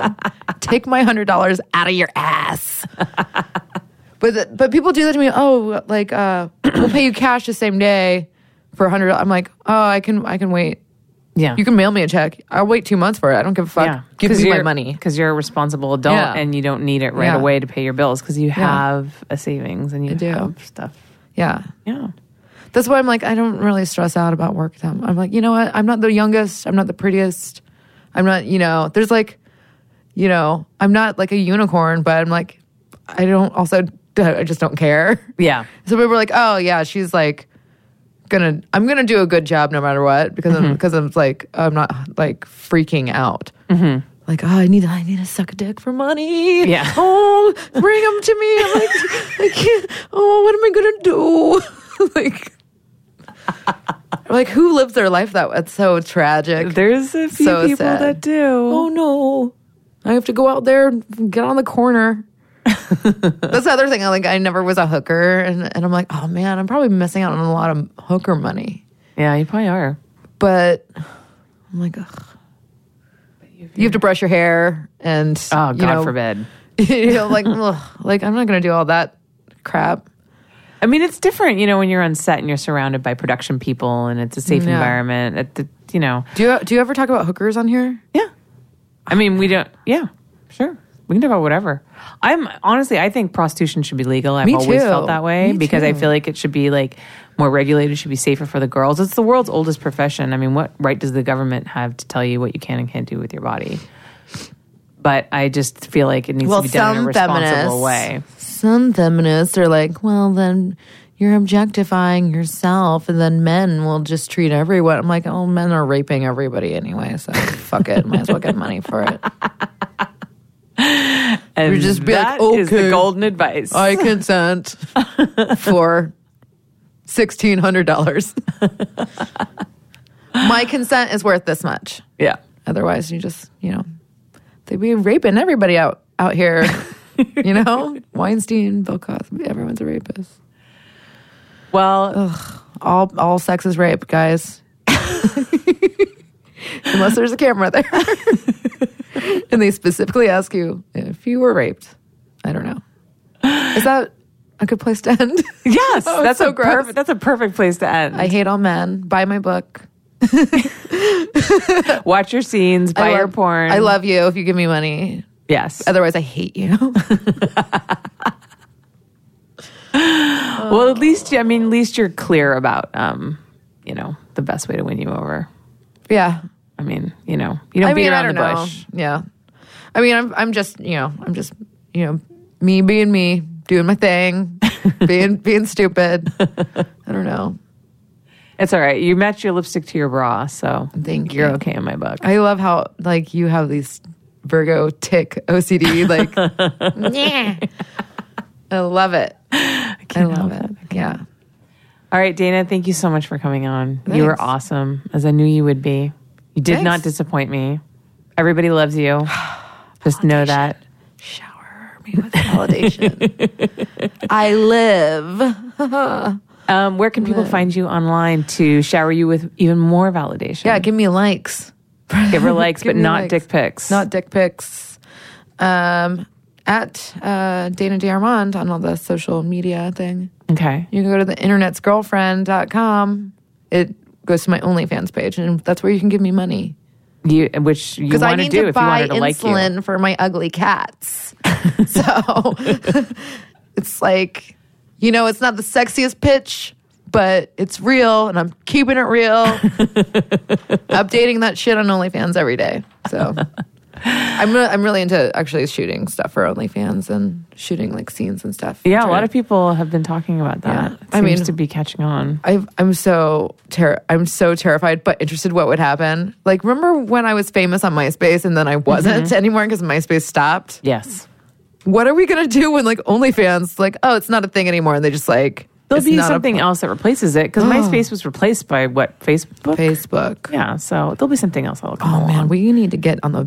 Speaker 2: take my hundred dollars out of your ass. but the, but people do that to me. Oh, like uh, we'll pay you cash the same day for a hundred. I'm like, oh, I can I can wait.
Speaker 1: Yeah,
Speaker 2: You can mail me a check. I'll wait two months for it. I don't give a fuck.
Speaker 1: yeah.
Speaker 2: Give me my money.
Speaker 1: because you're a responsible adult
Speaker 2: Yeah.
Speaker 1: and you don't need it right
Speaker 2: Yeah.
Speaker 1: away to pay your bills because you have a savings and you
Speaker 2: do.
Speaker 1: have stuff.
Speaker 2: Yeah.
Speaker 1: Yeah,
Speaker 2: That's why I'm like, I don't really stress out about work. That I'm like, you know what? I'm not the youngest. I'm not the prettiest. I'm not, you know, there's like, you know, I'm not like a unicorn, but I'm like, I don't also, I just don't care.
Speaker 1: yeah.
Speaker 2: So people were like, oh, yeah, she's like, gonna, I'm gonna do a good job no matter what because I'm, because I'm like, I'm not like freaking out. Like, oh, I need, I need to suck a dick for money.
Speaker 1: Yeah.
Speaker 2: Oh, bring them to me. I'm like, I can't, oh, what am I gonna do? like, like who lives their life that way? It's so tragic.
Speaker 1: There's a few
Speaker 2: So
Speaker 1: people
Speaker 2: sad.
Speaker 1: that do.
Speaker 2: oh no. I have to go out there and get on the corner. That's the other thing. I like I never was a hooker and, and I'm like, oh man, I'm probably missing out on a lot of hooker money.
Speaker 1: Yeah, you probably are.
Speaker 2: But I'm like, ugh. You have to brush your hair and
Speaker 1: Oh, God
Speaker 2: you know,
Speaker 1: forbid.
Speaker 2: you know, like ugh, like I'm not gonna do all that crap.
Speaker 1: I mean, it's different, you know, when you're on set and you're surrounded by production people and it's a safe
Speaker 2: Yeah.
Speaker 1: environment. At the, you know,
Speaker 2: Do you do you ever talk about hookers on here?
Speaker 1: yeah. I mean, we don't. Yeah, sure. We can talk about whatever. I'm honestly, I think prostitution should be legal. I've
Speaker 2: Me
Speaker 1: always
Speaker 2: too.
Speaker 1: felt that way
Speaker 2: Me
Speaker 1: because I
Speaker 2: too.
Speaker 1: feel like it should be like more regulated. Should be safer for the girls. It's the world's oldest profession. I mean, what right does the government have to tell you what you can and can't do with your body? But I just feel like it needs to be done in a responsible way.
Speaker 2: Some feminists are like, well, then you're objectifying yourself, and then men will just treat everyone. I'm like, oh, men are raping everybody anyway, so fuck it. Might as well get money for it.
Speaker 1: And
Speaker 2: You just be like,
Speaker 1: that is the
Speaker 2: okay.
Speaker 1: golden advice.
Speaker 2: I consent for sixteen hundred dollars. My consent is worth this much.
Speaker 1: yeah.
Speaker 2: Otherwise, you just you know they'd be raping everybody out out here. you know, Weinstein, Bill Cosby, everyone's a rapist.
Speaker 1: Well,
Speaker 2: all all sex is rape, guys. Unless there's a camera there. and they specifically ask you if you were raped. I don't know. Is that a good place to end?
Speaker 1: Yes,
Speaker 2: Oh,
Speaker 1: that's
Speaker 2: so
Speaker 1: a
Speaker 2: gross.
Speaker 1: perfect. That's a perfect place to end.
Speaker 2: I hate all men. Buy my book.
Speaker 1: Watch your scenes, buy
Speaker 2: I love,
Speaker 1: your porn.
Speaker 2: I love you if you give me money.
Speaker 1: Yes.
Speaker 2: Otherwise, I hate you.
Speaker 1: well, at least I mean, at least you're clear about, um, you know, the best way to win you over.
Speaker 2: yeah.
Speaker 1: I mean, you know, you don't
Speaker 2: I
Speaker 1: beat
Speaker 2: mean, I
Speaker 1: around
Speaker 2: don't
Speaker 1: the
Speaker 2: know.
Speaker 1: bush.
Speaker 2: Yeah. I mean, I'm I'm just you know I'm just you know me being me, doing my thing, being being stupid. I don't know.
Speaker 1: It's all right. You match your lipstick to your bra, so
Speaker 2: Thank
Speaker 1: you're
Speaker 2: you.
Speaker 1: okay in my book.
Speaker 2: I love how like you have these Virgo tick OCD like yeah. I love it.
Speaker 1: I
Speaker 2: I
Speaker 1: can't
Speaker 2: love
Speaker 1: help
Speaker 2: it. Yeah.
Speaker 1: All right, Dana. Thank you so much for coming on. You were
Speaker 2: Thanks.
Speaker 1: awesome, as I knew you would be. You did not
Speaker 2: Thanks.
Speaker 1: disappoint me. Everybody loves you. Just know that.
Speaker 2: Shower me with validation. I live.
Speaker 1: Um, where can people find you online to shower you with even more validation?
Speaker 2: Yeah, give me likes.
Speaker 1: give her likes,
Speaker 2: Give
Speaker 1: but
Speaker 2: me
Speaker 1: not
Speaker 2: likes.
Speaker 1: dick pics.
Speaker 2: Not dick pics. Um at uh, Dana DiArmond on all the social media thing.
Speaker 1: okay.
Speaker 2: You can go to the internetsgirlfriend.com. It goes to my OnlyFans page, and that's where you can give me money.
Speaker 1: You, which you
Speaker 2: because I
Speaker 1: want to
Speaker 2: need
Speaker 1: do
Speaker 2: to
Speaker 1: if you
Speaker 2: buy
Speaker 1: wanted to like you.
Speaker 2: insulin for my ugly cats. so it's like, you know, it's not the sexiest pitch, but it's real, and I'm keeping it real. Updating that shit on OnlyFans every day. So I'm re- I'm really into actually shooting stuff for OnlyFans and shooting like scenes and stuff.
Speaker 1: Yeah, a lot of people have been talking about that.
Speaker 2: Yeah.
Speaker 1: It
Speaker 2: I
Speaker 1: seems
Speaker 2: mean-
Speaker 1: to be catching on.
Speaker 2: I've, I'm so ter- I'm so terrified, but interested what would happen. Like, remember when I was famous on MySpace and then I wasn't
Speaker 1: Mm-hmm.
Speaker 2: anymore because MySpace stopped?
Speaker 1: Yes.
Speaker 2: What are we gonna do when like OnlyFans like, oh, it's not a thing anymore, and they just like
Speaker 1: There'll
Speaker 2: It's
Speaker 1: be
Speaker 2: not a Oh.
Speaker 1: something
Speaker 2: pl-
Speaker 1: else that replaces it because MySpace was replaced by what Facebook.
Speaker 2: Facebook.
Speaker 1: yeah, so there'll be something else that'll come
Speaker 2: Oh man,
Speaker 1: along.
Speaker 2: we need to get on the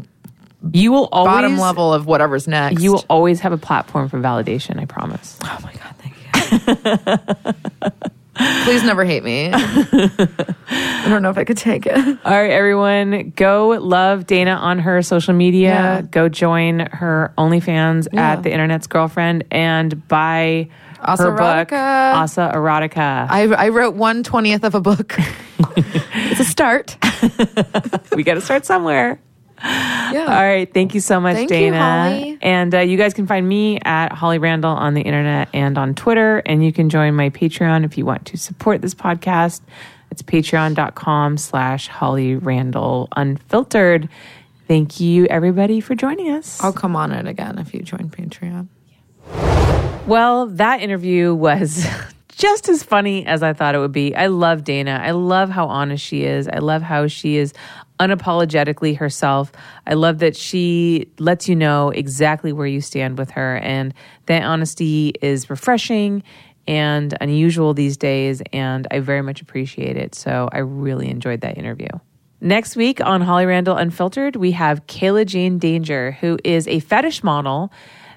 Speaker 1: You will always
Speaker 2: bottom level of whatever's next.
Speaker 1: You will always have a platform for validation. I promise.
Speaker 2: Oh my god, thank you. Please never hate me. I don't know if I could take it.
Speaker 1: All right, everyone, go love Dana on her social media.
Speaker 2: Yeah.
Speaker 1: Go join her OnlyFans
Speaker 2: Yeah.
Speaker 1: at the Internet's Girlfriend and buy
Speaker 2: Asa
Speaker 1: her book,
Speaker 2: Erotica.
Speaker 1: Asa Erotica.
Speaker 2: I, I wrote one twentieth of a book. it's a start.
Speaker 1: we got to start somewhere.
Speaker 2: Yeah.
Speaker 1: All right, thank you so much,
Speaker 2: Thank you,
Speaker 1: Dana.
Speaker 2: Holly.
Speaker 1: And uh, you guys can find me at Holly Randall on the internet and on Twitter. And you can join my Patreon if you want to support this podcast. It's patreon.com slash Holly Randall Unfiltered. Thank you, everybody, for joining us.
Speaker 2: I'll come on it again if you join Patreon.
Speaker 1: Well, that interview was just as funny as I thought it would be. I love Dana. I love how honest she is. I love how she is unapologetically herself. I love that she lets you know exactly where you stand with her. And that honesty is refreshing and unusual these days. And I very much appreciate it. So I really enjoyed that interview. Next week on Holly Randall Unfiltered, we have Kayla Jane Danger, who is a fetish model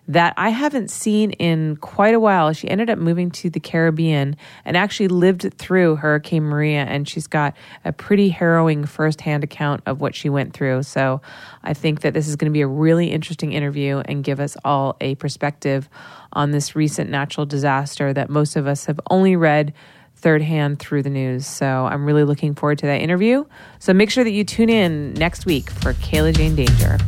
Speaker 1: that I haven't seen in quite a while. She ended up moving to the Caribbean and actually lived through Hurricane Maria, and she's got a pretty harrowing firsthand account of what she went through. So I think that this is going to be a really interesting interview and give us all a perspective on this recent natural disaster that most of us have only read third hand through the news. So I'm really looking forward to that interview. So make sure that you tune in next week for Kayla Jane Danger.